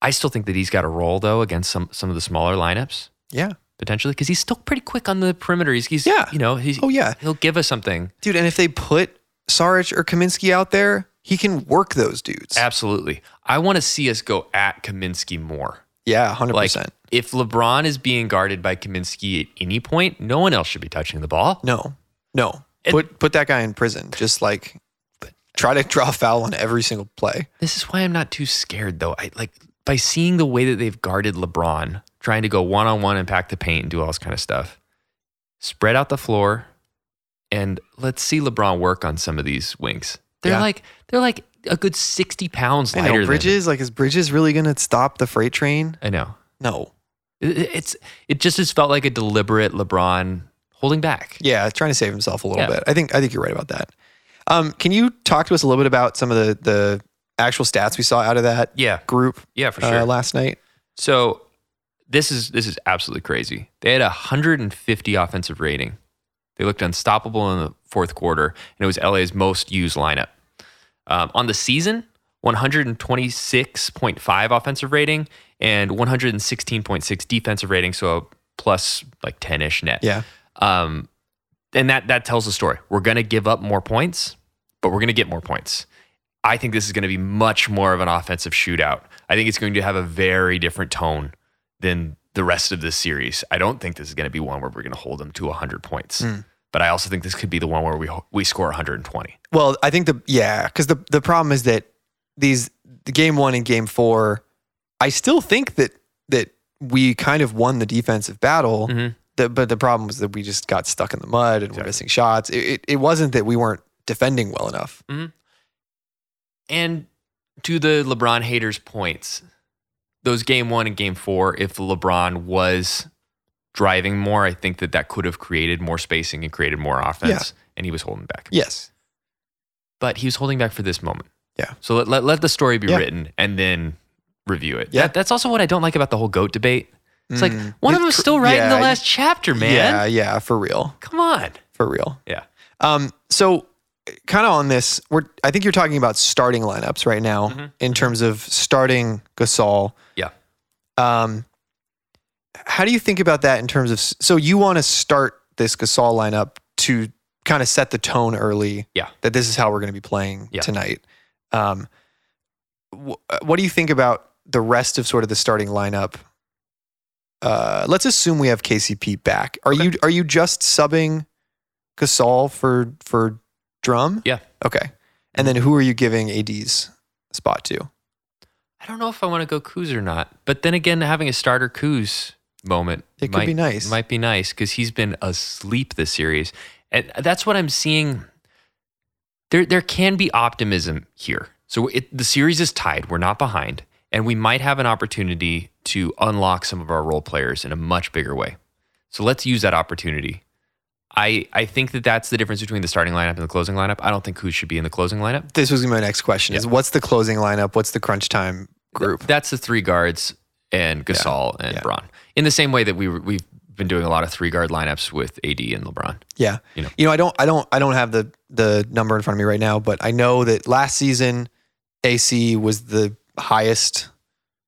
Speaker 1: I still think that he's got a role though against some some of the smaller lineups
Speaker 2: yeah,
Speaker 1: potentially because he's still pretty quick on the perimeter. He's, he's
Speaker 2: Yeah.
Speaker 1: you know he's
Speaker 2: oh yeah,
Speaker 1: he'll give us something.
Speaker 2: dude. And if they put Saric or Kaminsky out there, He can work those dudes.
Speaker 1: Absolutely. I want to see us go at Kaminsky more.
Speaker 2: Yeah, 100%.
Speaker 1: Like, if LeBron is being guarded by Kaminsky at any point, no one else should be touching the ball.
Speaker 2: no. No.
Speaker 1: It-
Speaker 2: put put that guy in prison. Just like try to draw a foul on every single play.
Speaker 1: This is why I'm not too scared, though. I like by seeing the way that they've guarded LeBron, trying to go one on one and pack the paint and do all this kind of stuff. Spread out the floor, and let's see LeBron work on some of these winks. They're
Speaker 2: Yeah.
Speaker 1: like they're like a good sixty pounds
Speaker 2: I
Speaker 1: lighter.
Speaker 2: know
Speaker 1: than-
Speaker 2: Bridges, like is Bridges really going to stop the freight train?
Speaker 1: I know.
Speaker 2: No.
Speaker 1: It- it- It's it just has felt like a deliberate LeBron holding back.
Speaker 2: Yeah, trying to save himself a little
Speaker 1: Yeah.
Speaker 2: bit. I think I think you're right about that. Um, can you talk to us a little bit about some of the the actual stats we saw out of that
Speaker 1: Yeah,
Speaker 2: group
Speaker 1: yeah, for
Speaker 2: uh,
Speaker 1: sure.
Speaker 2: last night?
Speaker 1: So this is this is absolutely crazy. They had a 150 offensive rating. They looked unstoppable in the fourth quarter, and it was LA's most used lineup. Um, on the season, 126.5 offensive rating and 116.6 defensive rating, so a plus like 10-ish net.
Speaker 2: Yeah.
Speaker 1: Um, and that that tells the story. We're going to give up more points, but we're going to get more points. I think this is going to be much more of an offensive shootout. I think it's going to have a very different tone than the rest of this series. I don't think this is going to be one where we're going to hold them to 100 points.
Speaker 2: Hmm.
Speaker 1: But I also think this could be the one where we ho- we score 120.
Speaker 2: Well, I think the yeah, because the the problem is that these the game one and game four, I still think that that we kind of won the defensive battle.
Speaker 1: Mhm.
Speaker 2: The, but the problem was that we just got stuck in the mud and
Speaker 1: Exactly.
Speaker 2: we're missing shots. It, it, it wasn't that we weren't defending well enough.
Speaker 1: And to the LeBron haters' points, those game one and game four, if LeBron was driving more, I think that that could have created more spacing and created more offense. And he was holding back.
Speaker 2: Yes.
Speaker 1: But he was holding back for this moment.
Speaker 2: Yeah.
Speaker 1: So let, let, let the story be
Speaker 2: Yeah.
Speaker 1: written and then review it.
Speaker 2: Yeah.
Speaker 1: That, that's also what I don't like about the whole GOAT debate. It's
Speaker 2: Mm.
Speaker 1: like one of them's
Speaker 2: Tr-
Speaker 1: still right in the
Speaker 2: yeah,
Speaker 1: last chapter, man.
Speaker 2: Yeah, yeah, for real.
Speaker 1: Come on.
Speaker 2: For real.
Speaker 1: Yeah.
Speaker 2: Um, so kind of on this, we're I think you're talking about starting lineups right now
Speaker 1: Mhm.
Speaker 2: in terms of starting Gasol.
Speaker 1: Yeah.
Speaker 2: Um, how do you think about that in terms of so you want to start this Gasol lineup to kind of set the tone early?
Speaker 1: Yeah.
Speaker 2: That this is how we're going to be playing
Speaker 1: Yeah.
Speaker 2: tonight. Um, wh- what do you think about the rest of sort of the starting lineup? Uh, let's assume we have KCP back. Are
Speaker 1: Okay.
Speaker 2: you are you just subbing Gasol for for Drum?
Speaker 1: Yeah.
Speaker 2: Okay. And then who are you giving AD's spot to?
Speaker 1: I don't know if I want to go Kuz or not. But then again, having a starter Kuz moment
Speaker 2: It
Speaker 1: might,
Speaker 2: could be nice.
Speaker 1: Might be nice because he's been asleep this series, and that's what I'm seeing. There, there can be optimism here. So it, the series is tied. We're not behind, and we might have an opportunity to unlock some of our role players in a much bigger way. So let's use that opportunity. I, I think that that's the difference between the starting lineup and the closing lineup. I don't think who should be in the closing lineup.
Speaker 2: this was gonna be my next question is what's the closing lineup what's the crunch time group
Speaker 1: That's the three guards and Gasol and
Speaker 2: yeah.
Speaker 1: Braun. In the same way that we were- we've been doing a lot of three guard lineups with AD and LeBron.
Speaker 2: yeah
Speaker 1: You know.
Speaker 2: i don't i don't i don't have the the number in front of me right now but i know that last season ac was the highest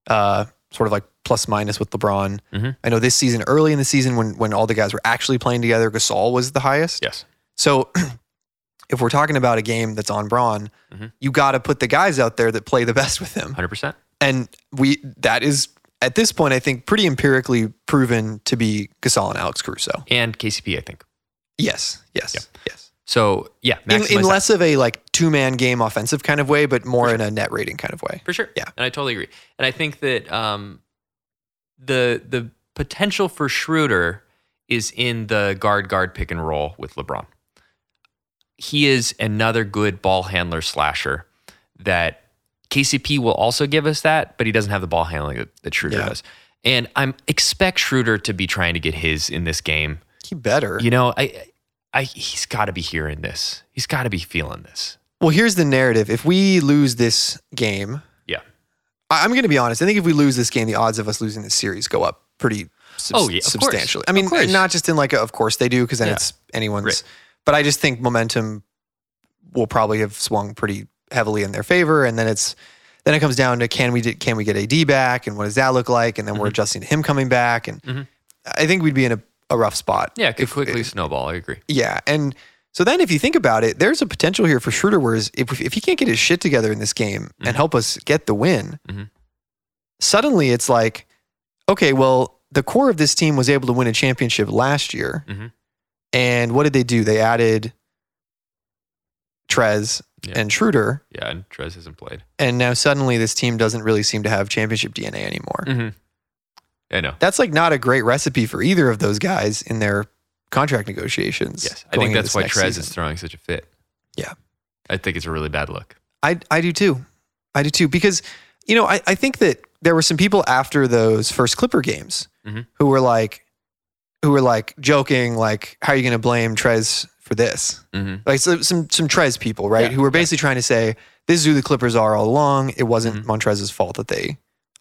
Speaker 2: uh sort of like plus minus with lebron
Speaker 1: Mhm.
Speaker 2: i know this season early in the season when when all the guys were actually playing together gasol was the highest
Speaker 1: Yes.
Speaker 2: so <clears throat> if we're talking about a game that's on braun
Speaker 1: Mhm.
Speaker 2: you got to put the guys out there that play the <laughs> best with him
Speaker 1: 100%.
Speaker 2: and we that is at this point I think pretty empirically proven to be Gasol and Alex Caruso.
Speaker 1: and KCP, I think.
Speaker 2: Yes, yes,
Speaker 1: Yep.
Speaker 2: yes.
Speaker 1: So yeah,
Speaker 2: In,
Speaker 1: maximize
Speaker 2: in
Speaker 1: that.
Speaker 2: less of a like two man game offensive kind of way, but more in a net rating kind of way.
Speaker 1: for sure.
Speaker 2: Yeah.
Speaker 1: and I totally agree. And I think that um, the the potential for Schroeder is in the guard guard pick and roll with LeBron. He is another good ball handler slasher that KCP will also give us that, but he doesn't have the ball handling that, that Schroeder
Speaker 2: Yeah.
Speaker 1: does. And I'm expect Schroeder to be trying to get his in this game.
Speaker 2: He better.
Speaker 1: You know, I, I he's got to be hearing this. He's got to be feeling this.
Speaker 2: Well, here's the narrative: if we lose this game,
Speaker 1: Yeah.
Speaker 2: I, I'm going to be honest. I think if we lose this game, the odds of us losing this series go up pretty sub-
Speaker 1: Oh, yeah, of course.
Speaker 2: substantially. I
Speaker 1: Of
Speaker 2: mean,
Speaker 1: course.
Speaker 2: not just in like, a, of course they do, because then
Speaker 1: Yeah.
Speaker 2: it's anyone's.
Speaker 1: Right.
Speaker 2: But I just think momentum will probably have swung pretty heavily in their favor, and then it's then it comes down to can we di- can we get AD back, and what does that look like, and then we're
Speaker 1: Mhm.
Speaker 2: adjusting to him coming back, and
Speaker 1: Mhm.
Speaker 2: I think we'd be in a, a rough spot.
Speaker 1: Yeah, it could
Speaker 2: If-
Speaker 1: quickly snowball. I agree.
Speaker 2: Yeah, and So then, if you think about it, there's a potential here for Schroeder, whereas if, if he can't get his shit together in this game
Speaker 1: Mhm.
Speaker 2: and help us get the win,
Speaker 1: Mhm.
Speaker 2: suddenly it's like, okay, well, the core of this team was able to win a championship last year.
Speaker 1: Mhm.
Speaker 2: And what did they do? They added Trez
Speaker 1: Yeah.
Speaker 2: and Schroeder.
Speaker 1: Yeah, and Trez hasn't played.
Speaker 2: And now suddenly this team doesn't really seem to have championship DNA anymore.
Speaker 1: Mm-hmm. I know.
Speaker 2: That's like not a great recipe for either of those guys in their contract negotiations.
Speaker 1: Yes, I think
Speaker 2: going into
Speaker 1: that's
Speaker 2: this
Speaker 1: why
Speaker 2: next
Speaker 1: Trez
Speaker 2: season.
Speaker 1: is throwing such a fit.
Speaker 2: Yeah.
Speaker 1: I think it's a really bad look.
Speaker 2: I I do too. I do too because you know I, I think that there were some people after those first Clipper games
Speaker 1: Mhm.
Speaker 2: who were like who were like joking like how are you going to blame Trez for this
Speaker 1: Mm-hmm.
Speaker 2: like so, some some Trez people right
Speaker 1: Yeah,
Speaker 2: who were basically trying to say this is who the Clippers are all along it
Speaker 1: Mhm.
Speaker 2: wasn't Montrez's fault that they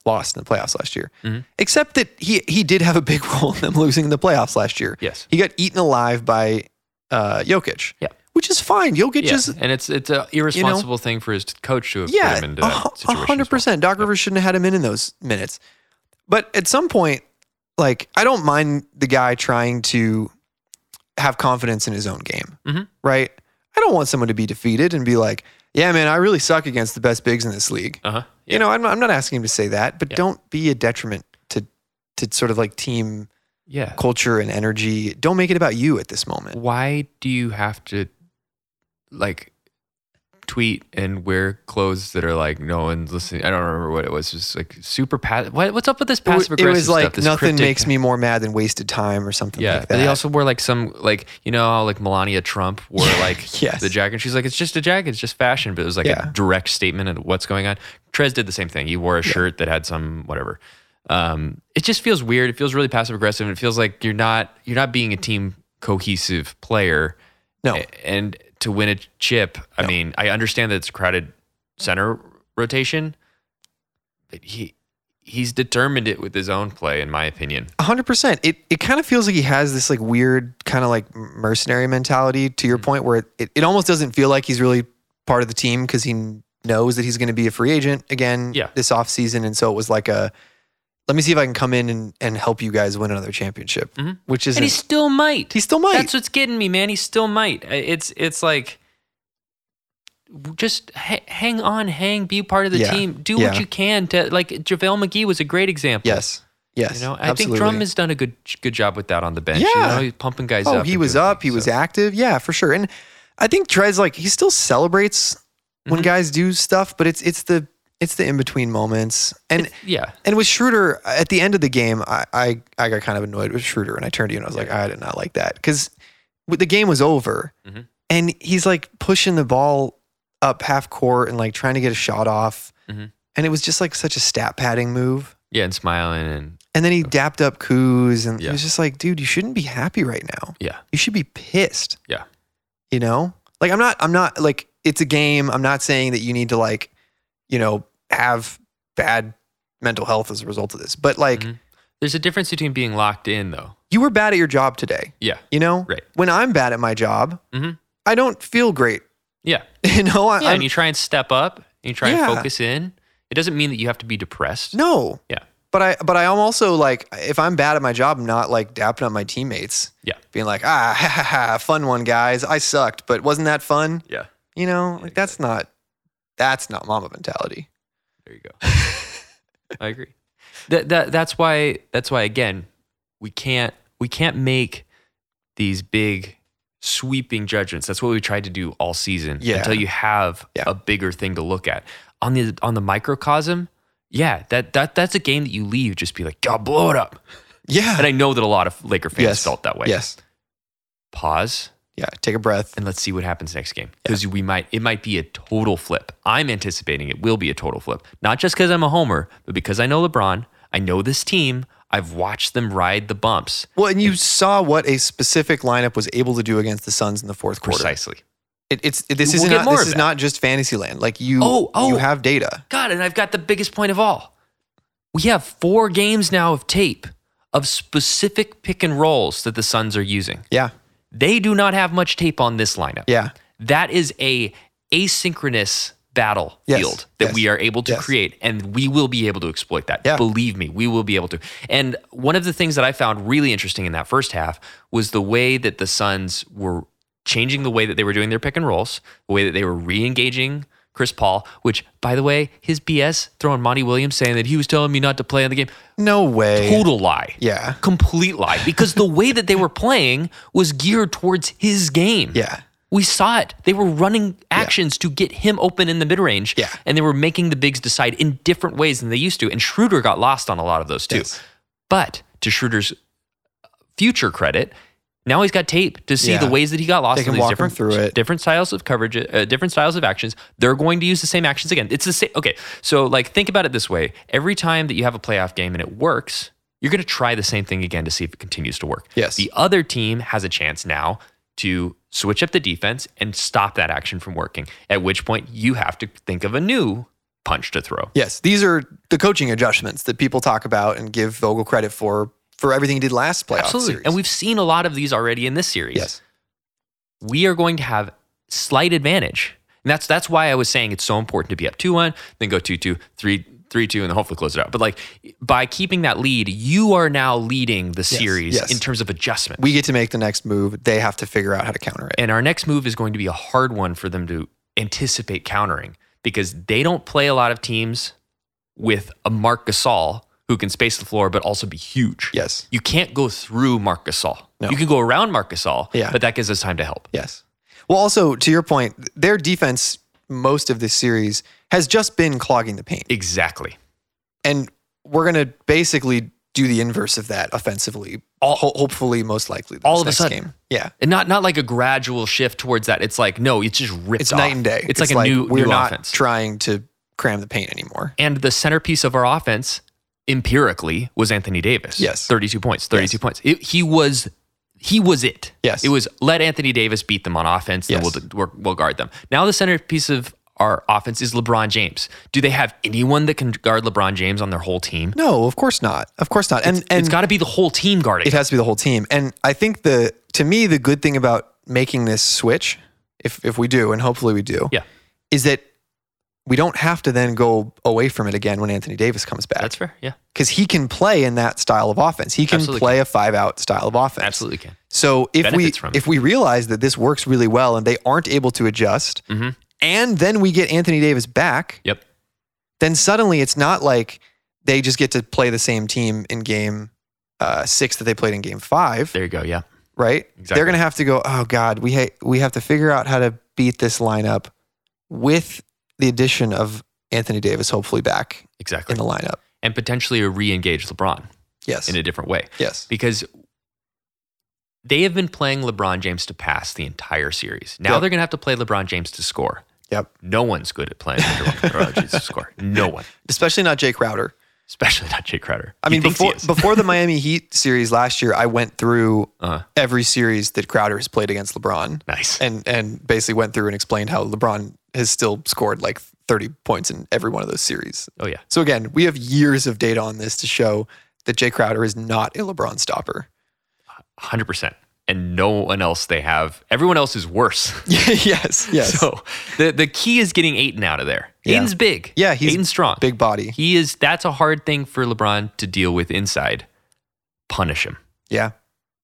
Speaker 2: lost in the playoffs last year
Speaker 1: Mhm.
Speaker 2: except that he he did have a big <laughs> role in them losing the playoffs last year
Speaker 1: Yes.
Speaker 2: he got eaten alive by uh, Jokic
Speaker 1: Yeah.
Speaker 2: which is fine Jokic
Speaker 1: Yeah.
Speaker 2: is
Speaker 1: and it's it's an irresponsible thing for his coach to have put him into
Speaker 2: a
Speaker 1: that
Speaker 2: hu-
Speaker 1: situation.
Speaker 2: a
Speaker 1: as
Speaker 2: hundred
Speaker 1: well.
Speaker 2: percent. Doc Rivers shouldn't have had him in in those minutes. But at some point, like I don't mind the guy trying to have confidence in his own game,
Speaker 1: Mhm.
Speaker 2: right? I don't want someone to be defeated and be like, "Yeah, man, I really suck against the best bigs in this league."
Speaker 1: Uh-huh.
Speaker 2: You know, I'm, I'm not asking him to say that, but
Speaker 1: Yeah.
Speaker 2: don't be a detriment to to sort of like team
Speaker 1: Yeah.
Speaker 2: culture and energy. Don't make it about you at this moment.
Speaker 1: Why do you have to like tweet and wear clothes that are like no one's listening? I don't remember what it was. Just like super passive. What, what's up with this
Speaker 2: It was-
Speaker 1: passive aggressive
Speaker 2: it was
Speaker 1: stuff?
Speaker 2: like
Speaker 1: This
Speaker 2: nothing
Speaker 1: cryptic-
Speaker 2: makes me more mad than wasted time or something
Speaker 1: Yeah,
Speaker 2: like
Speaker 1: but
Speaker 2: that.
Speaker 1: they also wore like some like you know how like Melania Trump wore like
Speaker 2: <laughs> Yes.
Speaker 1: the jacket. She's like, it's just a jacket, it's just fashion, but it was like
Speaker 2: Yeah.
Speaker 1: a direct statement of what's going on. Trez did the same thing. He wore a shirt that had some whatever. Um, it just feels weird. It feels really passive aggressive. and It feels like you're not you're not being a team cohesive player.
Speaker 2: No.
Speaker 1: A- and to win a chip, I mean, I understand that it's a crowded center rotation, but he he's determined it with his own play, in my opinion.
Speaker 2: hundred percent. It it kind of feels like he has this like weird kind of like mercenary mentality. To
Speaker 1: Mm.
Speaker 2: your point, where it, it almost doesn't feel like he's really part of the team because he knows that he's going to be a free agent again
Speaker 1: Yeah.
Speaker 2: this offseason. and so it was like a let me see if I can come in and, and help you guys win another championship,
Speaker 1: Mhm.
Speaker 2: which is
Speaker 1: And he still might.
Speaker 2: he still might.
Speaker 1: That's what's getting me, man. He still might. I- It's it's like just ha- hang on, hang, be part of the
Speaker 2: Yeah.
Speaker 1: team, do what
Speaker 2: Yeah.
Speaker 1: you can to like JaVale McGee was a great example.
Speaker 2: yes, yes.
Speaker 1: You know, I
Speaker 2: absolutely.
Speaker 1: think Drum has done a good good job with that on the bench. You
Speaker 2: Yeah.
Speaker 1: know, he's pumping guys
Speaker 2: Oh,
Speaker 1: up.
Speaker 2: he
Speaker 1: and
Speaker 2: was
Speaker 1: doing
Speaker 2: up. He
Speaker 1: things,
Speaker 2: was
Speaker 1: so.
Speaker 2: active. Yeah, for sure. And I think Trez like he still celebrates when
Speaker 1: Mhm.
Speaker 2: guys do stuff, but it's it's the it's the in between moments and.
Speaker 1: Yeah.
Speaker 2: And with Schroeder, at the end of the game, I, I, I got kind of annoyed with Schroeder and I turned to you and I was like, I did not like that. Because the game was over
Speaker 1: Mhm.
Speaker 2: and he's like pushing the ball up half court and like trying to get a shot off.
Speaker 1: Mhm.
Speaker 2: And it was just like such a stat padding move.
Speaker 1: Yeah, and smiling and
Speaker 2: And then he dapped up Kuz and
Speaker 1: Yeah.
Speaker 2: it was just like, dude, you shouldn't be happy right now.
Speaker 1: yeah.
Speaker 2: You should be pissed.
Speaker 1: Yeah.
Speaker 2: You know? Like I'm not I'm not like it's a game. I'm not saying that you need to like, you know, have bad mental health as a result of this. But like
Speaker 1: Mhm. There's a difference between being locked in though.
Speaker 2: you were bad at your job today.
Speaker 1: Yeah.
Speaker 2: You know,
Speaker 1: Right.
Speaker 2: when I'm bad at my job,
Speaker 1: Mhm.
Speaker 2: I don't feel great. <laughs>
Speaker 1: Yeah.
Speaker 2: You know, I,
Speaker 1: Yeah,
Speaker 2: Uh, I'm,
Speaker 1: and you try and step up, and you try
Speaker 2: Yeah.
Speaker 1: and focus in. It doesn't mean that you have to be depressed.
Speaker 2: no.
Speaker 1: Yeah.
Speaker 2: But I, but I am also like, if I'm bad at my job, I'm not like dapping up my teammates.
Speaker 1: Yeah.
Speaker 2: Being like, ah, ha, ha, ha, fun one, guys. I sucked, but wasn't that fun?
Speaker 1: Yeah.
Speaker 2: You know, like that's not, that's not mama mentality.
Speaker 1: There you go. I agree. That, that that's why that's why again we can't we can't make these big sweeping judgments. That's what we tried to do all season
Speaker 2: Yeah.
Speaker 1: until you have
Speaker 2: Yeah.
Speaker 1: a bigger thing to look at. On the on the microcosm, yeah, that that that's a game that you leave just be like, God, blow it up."
Speaker 2: Yeah.
Speaker 1: And I know that a lot of Laker fans
Speaker 2: Yes.
Speaker 1: felt that way.
Speaker 2: Yes.
Speaker 1: Pause
Speaker 2: Yeah. Take a breath.
Speaker 1: and let's see what happens next game because we might it might be a total flip. I'm anticipating it will be a total flip, not just because I'm a homer, but because I know LeBron, I know this team, I've watched them ride the bumps
Speaker 2: Well, and you saw what a specific lineup was able to do against the Suns in the fourth quarter.
Speaker 1: precisely.
Speaker 2: It, it's it- this
Speaker 1: We'll
Speaker 2: is
Speaker 1: get
Speaker 2: not
Speaker 1: more
Speaker 2: this
Speaker 1: of
Speaker 2: is
Speaker 1: that.
Speaker 2: not just Fantasyland. Like you,
Speaker 1: Oh, oh.
Speaker 2: you have data.
Speaker 1: God, and I've got the biggest point of all. We have four games now of tape of specific pick and rolls that the Suns are using.
Speaker 2: Yeah,
Speaker 1: They do not have much tape on this lineup.
Speaker 2: yeah,
Speaker 1: That is a asynchronous battlefield
Speaker 2: Yes,
Speaker 1: that
Speaker 2: yes,
Speaker 1: we are able to
Speaker 2: yes.
Speaker 1: create and we will be able to exploit that.
Speaker 2: Yeah.
Speaker 1: Believe me, we will be able to. And one of the things that I found really interesting in that first half was the way that the Suns were changing the way that they were doing their pick and rolls, the way that they were re-engaging Chris Paul, which by the way, his BS throwing Monty Williams saying that he was telling me not to play in the game,
Speaker 2: No way.
Speaker 1: total lie.
Speaker 2: Yeah.
Speaker 1: Complete lie. Because the way that they were playing was geared towards his game.
Speaker 2: Yeah.
Speaker 1: We saw it. They were running actions to get him open in the mid range.
Speaker 2: Yeah.
Speaker 1: And they were making the bigs decide in different ways than they used to. And Schroeder got lost on a lot of those too.
Speaker 2: Yes.
Speaker 1: But to Schroeder's future credit, now he's got tape to see
Speaker 2: Yeah.
Speaker 1: the ways that he got lost
Speaker 2: They
Speaker 1: in
Speaker 2: can
Speaker 1: these
Speaker 2: walk him
Speaker 1: different
Speaker 2: through it.
Speaker 1: different styles of coverage, uh, different styles of actions. They're going to use the same actions again. It's the same. Okay, so like think about it this way: every time that you have a playoff game and it works, you're going to try the same thing again to see if it continues to work.
Speaker 2: Yes.
Speaker 1: The other team has a chance now to switch up the defense and stop that action from working. At which point, you have to think of a new punch to throw.
Speaker 2: Yes, these are the coaching adjustments that people talk about and give Vogel credit for for everything he did last playoff
Speaker 1: Absolutely.
Speaker 2: series.
Speaker 1: And we've seen a lot of these already in this series.
Speaker 2: yes,
Speaker 1: we are going to have slight advantage. And that's that's why I was saying it's so important to be up 2-1, then go 2-2, 3 3-2 and then hopefully close it out. But like by keeping that lead, you are now leading the series
Speaker 2: yes.
Speaker 1: in terms of adjustment.
Speaker 2: we get to make the next move. They have to figure out how to counter it.
Speaker 1: and our next move is going to be a hard one for them to anticipate countering because they don't play a lot of teams with a Mark Gasol who can space the floor but also be huge.
Speaker 2: Yes,
Speaker 1: You can't go through Mark Gasol.
Speaker 2: No.
Speaker 1: You can go around Mark Gasol,
Speaker 2: Yeah.
Speaker 1: but that gives us time to help.
Speaker 2: yes. Well, also to your point, their defense most of this series has just been clogging the paint,
Speaker 1: Exactly.
Speaker 2: and we're going to basically do the inverse of that offensively.
Speaker 1: All-
Speaker 2: ho- hopefully, most likely this
Speaker 1: all of a
Speaker 2: next
Speaker 1: sudden.
Speaker 2: game. Yeah,
Speaker 1: And not not like a gradual shift towards that. It's like no, it's just ripped.
Speaker 2: it's
Speaker 1: off.
Speaker 2: night and day.
Speaker 1: It's, like a new
Speaker 2: we're
Speaker 1: new
Speaker 2: not
Speaker 1: offense.
Speaker 2: trying to cram the paint anymore.
Speaker 1: and the centerpiece of our offense, empirically, was Anthony Davis.
Speaker 2: Yes.
Speaker 1: thirty-two points. Thirty-two points. It, he was he was it.
Speaker 2: Yes.
Speaker 1: it was let Anthony Davis beat them on offense. Then
Speaker 2: Yes.
Speaker 1: we'll, we'll we'll guard them. Now the centerpiece of our offense is LeBron James. Do they have anyone that can guard LeBron James on their whole team?
Speaker 2: No, of course not. Of course not. And and
Speaker 1: it's got to be the whole team guarding.
Speaker 2: it has to be the whole team. And I think the to me the good thing about making this switch, if if we do, and hopefully we do,
Speaker 1: Yeah.
Speaker 2: is that we don't have to then go away from it again when Anthony Davis comes back
Speaker 1: That's fair. Yeah,
Speaker 2: because he can play in that style of offense. He can
Speaker 1: Absolutely
Speaker 2: play a five out style of offense.
Speaker 1: absolutely can.
Speaker 2: So if we
Speaker 1: Benefits from it.
Speaker 2: if we realize that this works really well and they aren't able to adjust,
Speaker 1: Mhm.
Speaker 2: and then we get Anthony Davis back,
Speaker 1: Yep.
Speaker 2: then suddenly it's not like they just get to play the same team in game uh, six that they played in game five,
Speaker 1: There you go. Yeah.
Speaker 2: right?
Speaker 1: Exactly.
Speaker 2: They're going to have to go, oh God, we, ha- we have to figure out how to beat this lineup with the addition of Anthony Davis, hopefully back
Speaker 1: Exactly.
Speaker 2: in the lineup.
Speaker 1: and potentially re-engage LeBron
Speaker 2: Yes.
Speaker 1: in a different way.
Speaker 2: yes.
Speaker 1: because they have been playing LeBron James to pass the entire series. Now
Speaker 2: Yep.
Speaker 1: they're going to have to play LeBron James to score.
Speaker 2: Yep.
Speaker 1: No one's good at playing
Speaker 2: <laughs>
Speaker 1: LeBron James to score. No one,
Speaker 2: Especially not Jake Crowder.
Speaker 1: especially not Jay Crowder.
Speaker 2: I
Speaker 1: He
Speaker 2: mean,
Speaker 1: thinks he
Speaker 2: before,
Speaker 1: is.
Speaker 2: before the Miami Heat series last year, I went through
Speaker 1: Uh-huh.
Speaker 2: every series that Crowder has played against LeBron.
Speaker 1: nice.
Speaker 2: and and basically went through and explained how LeBron has still scored like 30 points in every one of those series.
Speaker 1: oh yeah,
Speaker 2: So again, we have years of data on this to show that Jay Crowder is not a
Speaker 1: <laughs>
Speaker 2: LeBron stopper.
Speaker 1: hundred percent. And no one else they have. Everyone else is worse. <laughs>
Speaker 2: yes, yes.
Speaker 1: So the the key is getting Aiton out of there.
Speaker 2: Yeah.
Speaker 1: Aiton's big.
Speaker 2: Yeah, he's
Speaker 1: Aiton's strong.
Speaker 2: Big body.
Speaker 1: He is. That's a hard thing for LeBron to deal with inside. Punish him.
Speaker 2: Yeah.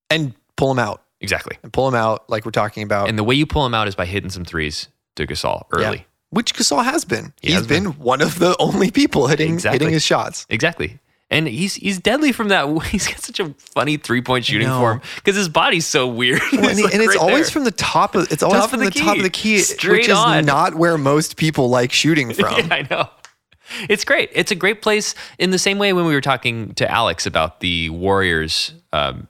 Speaker 2: And pull him out.
Speaker 1: Exactly.
Speaker 2: And pull him out like we're talking about.
Speaker 1: And the way you pull him out is by hitting some threes to Gasol early.
Speaker 2: Yeah. Which Gasol has been.
Speaker 1: He
Speaker 2: He has
Speaker 1: has
Speaker 2: been, one of the only people hitting
Speaker 1: Exactly.
Speaker 2: hitting his shots.
Speaker 1: Exactly. And he's he's deadly from that. <laughs> He's got such a funny three point shooting
Speaker 2: know.
Speaker 1: form because his body's so weird. <laughs>
Speaker 2: Well, and, he-
Speaker 1: like
Speaker 2: and it's
Speaker 1: right
Speaker 2: always
Speaker 1: there.
Speaker 2: from the top of it's always
Speaker 1: Top of
Speaker 2: from
Speaker 1: the
Speaker 2: the, top
Speaker 1: key.
Speaker 2: of the key,
Speaker 1: Straight
Speaker 2: which is
Speaker 1: on.
Speaker 2: not where most people like
Speaker 1: <laughs>
Speaker 2: shooting from.
Speaker 1: Yeah, I know. It's great. It's a great place. In the same way, when we were talking to Alex about the Warriors um,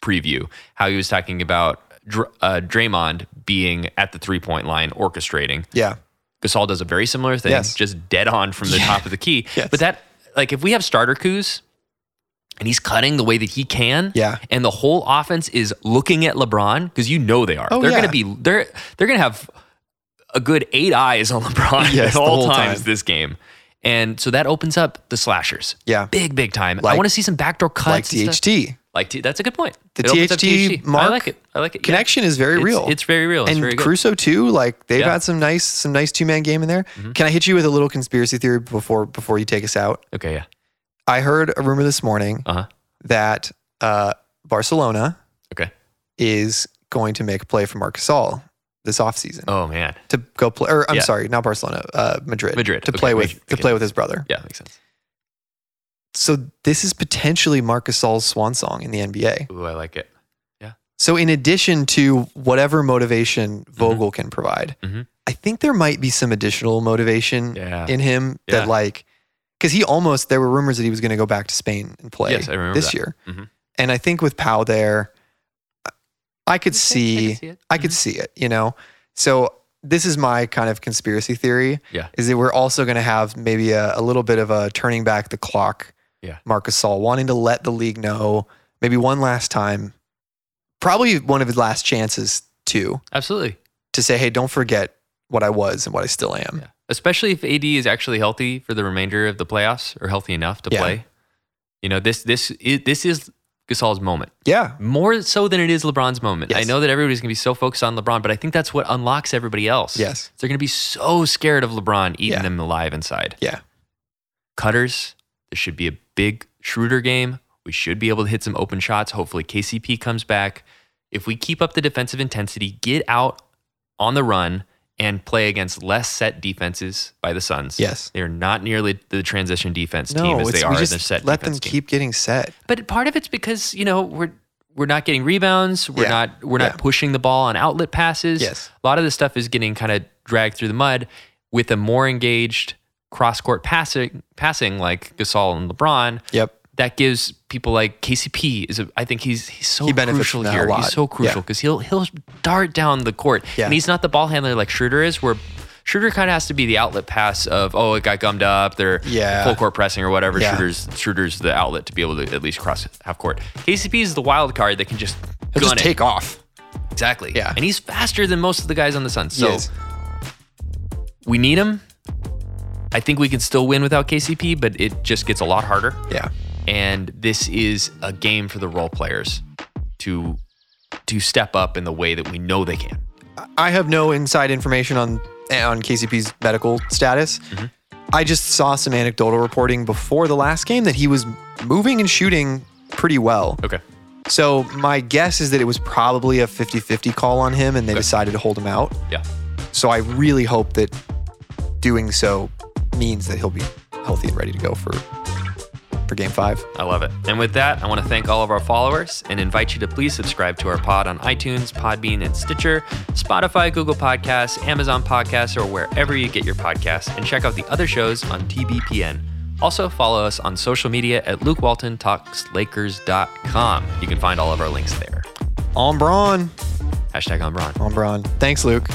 Speaker 1: preview, how he was talking about Dr- uh, Draymond being at the three point line orchestrating.
Speaker 2: yeah.
Speaker 1: Gasol does a very similar thing,
Speaker 2: Yes.
Speaker 1: just dead on from the top of the key.
Speaker 2: <laughs> Yes.
Speaker 1: But that, like, if we have starter coups and he's cutting the way that he can,
Speaker 2: Yeah.
Speaker 1: and the whole offense is looking at LeBron because you know they are.
Speaker 2: Oh,
Speaker 1: they're
Speaker 2: yeah.
Speaker 1: going to be they're they're going to have a good eight eyes on LeBron
Speaker 2: <laughs> Yes,
Speaker 1: at
Speaker 2: the
Speaker 1: all
Speaker 2: whole
Speaker 1: times
Speaker 2: time.
Speaker 1: this game, and so that opens up the slashers.
Speaker 2: Yeah.
Speaker 1: big big time. I
Speaker 2: Like-
Speaker 1: want to see some backdoor
Speaker 2: Like
Speaker 1: cuts. and stuff.
Speaker 2: DHT.
Speaker 1: Like T- that's a good point.
Speaker 2: The
Speaker 1: It opens up
Speaker 2: THT
Speaker 1: I
Speaker 2: mark
Speaker 1: like it. I like it. Yeah.
Speaker 2: connection is very
Speaker 1: It's-
Speaker 2: real.
Speaker 1: It's very real. It's
Speaker 2: and
Speaker 1: very good.
Speaker 2: Crusoe too. Like they've
Speaker 1: Yeah. Mm-hmm.
Speaker 2: had some nice, some nice two man game in there. Can I hit you with a little conspiracy theory before before you take us out?
Speaker 1: okay. Yeah.
Speaker 2: I heard a
Speaker 1: Uh-huh.
Speaker 2: rumor this morning
Speaker 1: Uh huh.
Speaker 2: that uh, Barcelona
Speaker 1: Okay.
Speaker 2: is going to make a play for Marcus All this offseason
Speaker 1: Oh man,
Speaker 2: to go play. Or I'm
Speaker 1: Yeah.
Speaker 2: sorry, not Barcelona, uh, Madrid.
Speaker 1: Madrid.
Speaker 2: to
Speaker 1: Okay,
Speaker 2: play with
Speaker 1: Madrid.
Speaker 2: to
Speaker 1: Okay.
Speaker 2: play with his brother.
Speaker 1: yeah, makes sense.
Speaker 2: So this is potentially Marcus All's swan song in the NBA.
Speaker 1: Ooh, I like it.
Speaker 2: So in addition to whatever motivation
Speaker 1: Mm-hmm.
Speaker 2: Vogel can provide,
Speaker 1: Mhm.
Speaker 2: I think there might be some additional motivation
Speaker 1: Yeah.
Speaker 2: in him
Speaker 1: Yeah.
Speaker 2: that like because he almost there were rumors that he was going to go back to Spain and play
Speaker 1: Yes, I remember
Speaker 2: this
Speaker 1: that.
Speaker 2: year.
Speaker 1: Mhm.
Speaker 2: And I think with Pau there, I could
Speaker 1: I
Speaker 2: see
Speaker 1: could see it. Mm-hmm.
Speaker 2: I could see it, you know? So this is my kind of conspiracy theory.
Speaker 1: Yeah.
Speaker 2: Is that we're also going to have maybe a, a little bit of a turning back the clock.
Speaker 1: Yeah.
Speaker 2: Marcus Saul wanting to let the league know maybe one last time, probably one of his last chances too,
Speaker 1: absolutely.
Speaker 2: to say, hey, don't forget what I was and what I still am.
Speaker 1: Yeah. Especially if AD is actually healthy for the remainder of the playoffs or healthy enough to
Speaker 2: Yeah.
Speaker 1: play. You know, this this is, this is Gasol's moment.
Speaker 2: Yeah.
Speaker 1: More so than it is LeBron's moment. I
Speaker 2: Yes.
Speaker 1: know that everybody's going to be so focused on LeBron, but I think that's what unlocks everybody else.
Speaker 2: Yes.
Speaker 1: They're going to be so scared of LeBron eating
Speaker 2: Yeah.
Speaker 1: them alive inside.
Speaker 2: Yeah.
Speaker 1: Cutters, this should be a big Schroeder game. We should be able to hit some open shots. Hopefully, KCP comes back. If we keep up the defensive intensity, get out on the run and play against less set defenses by the Suns.
Speaker 2: Yes.
Speaker 1: They're not nearly the transition defense
Speaker 2: no,
Speaker 1: team as
Speaker 2: it's-
Speaker 1: they
Speaker 2: we
Speaker 1: are the
Speaker 2: just
Speaker 1: set
Speaker 2: let them
Speaker 1: defense team.
Speaker 2: keep getting set.
Speaker 1: But part of it's because you know we're we're not getting rebounds. We're
Speaker 2: Yeah.
Speaker 1: not we're not
Speaker 2: Yeah.
Speaker 1: pushing the ball on outlet passes.
Speaker 2: Yes.
Speaker 1: a lot of this stuff is getting kind of dragged through the mud. With a more engaged cross court passing passing like Gasol and LeBron,
Speaker 2: Yep.
Speaker 1: that gives people like KCP is a, I think he's he's so
Speaker 2: He benefits
Speaker 1: crucial
Speaker 2: from that a
Speaker 1: here.
Speaker 2: lot.
Speaker 1: He's so crucial because he'll he'll dart down the court
Speaker 2: Yeah.
Speaker 1: and he's not the ball handler like Schroeder is. Where Schroeder kind of has to be the outlet pass of oh it got gummed up they're
Speaker 2: Yeah.
Speaker 1: full court pressing or whatever.
Speaker 2: Yeah.
Speaker 1: Schroeder's Schroeder's the outlet to be able to at least cross half court. KCP is the wild card that can just
Speaker 2: They'll
Speaker 1: gun
Speaker 2: Just
Speaker 1: it
Speaker 2: take off.
Speaker 1: exactly
Speaker 2: Yeah.
Speaker 1: and he's faster than most of the guys on the Suns. So
Speaker 2: yes.
Speaker 1: we need him. I think we can still win without KCP, but it just gets a lot harder
Speaker 2: Yeah.
Speaker 1: and this is a game for the role players to to step up in the way that we know they can.
Speaker 2: I have no inside information on on KCP's medical status. I just saw some anecdotal reporting before the last game that he was moving and shooting pretty well.
Speaker 1: Okay.
Speaker 2: So my guess is that it was probably a 50-50 call on him and they decided to hold him out.
Speaker 1: Yeah.
Speaker 2: So I really hope that doing so means that he'll be healthy and ready to go for for game 5.
Speaker 1: I love it. And with that, I want to thank all of our followers and invite you to please subscribe to our pod on iTunes, Podbean, and Stitcher, Spotify, Google Podcasts, Amazon Podcasts, or wherever you get your podcasts. And check out the other shows on TBPN. Also, follow us on social media at LukeWaltonTalksLakers.com. You can find all of our links there.
Speaker 2: On Braun.
Speaker 1: Hashtag on Bron.
Speaker 2: On Braun. Thanks Luke.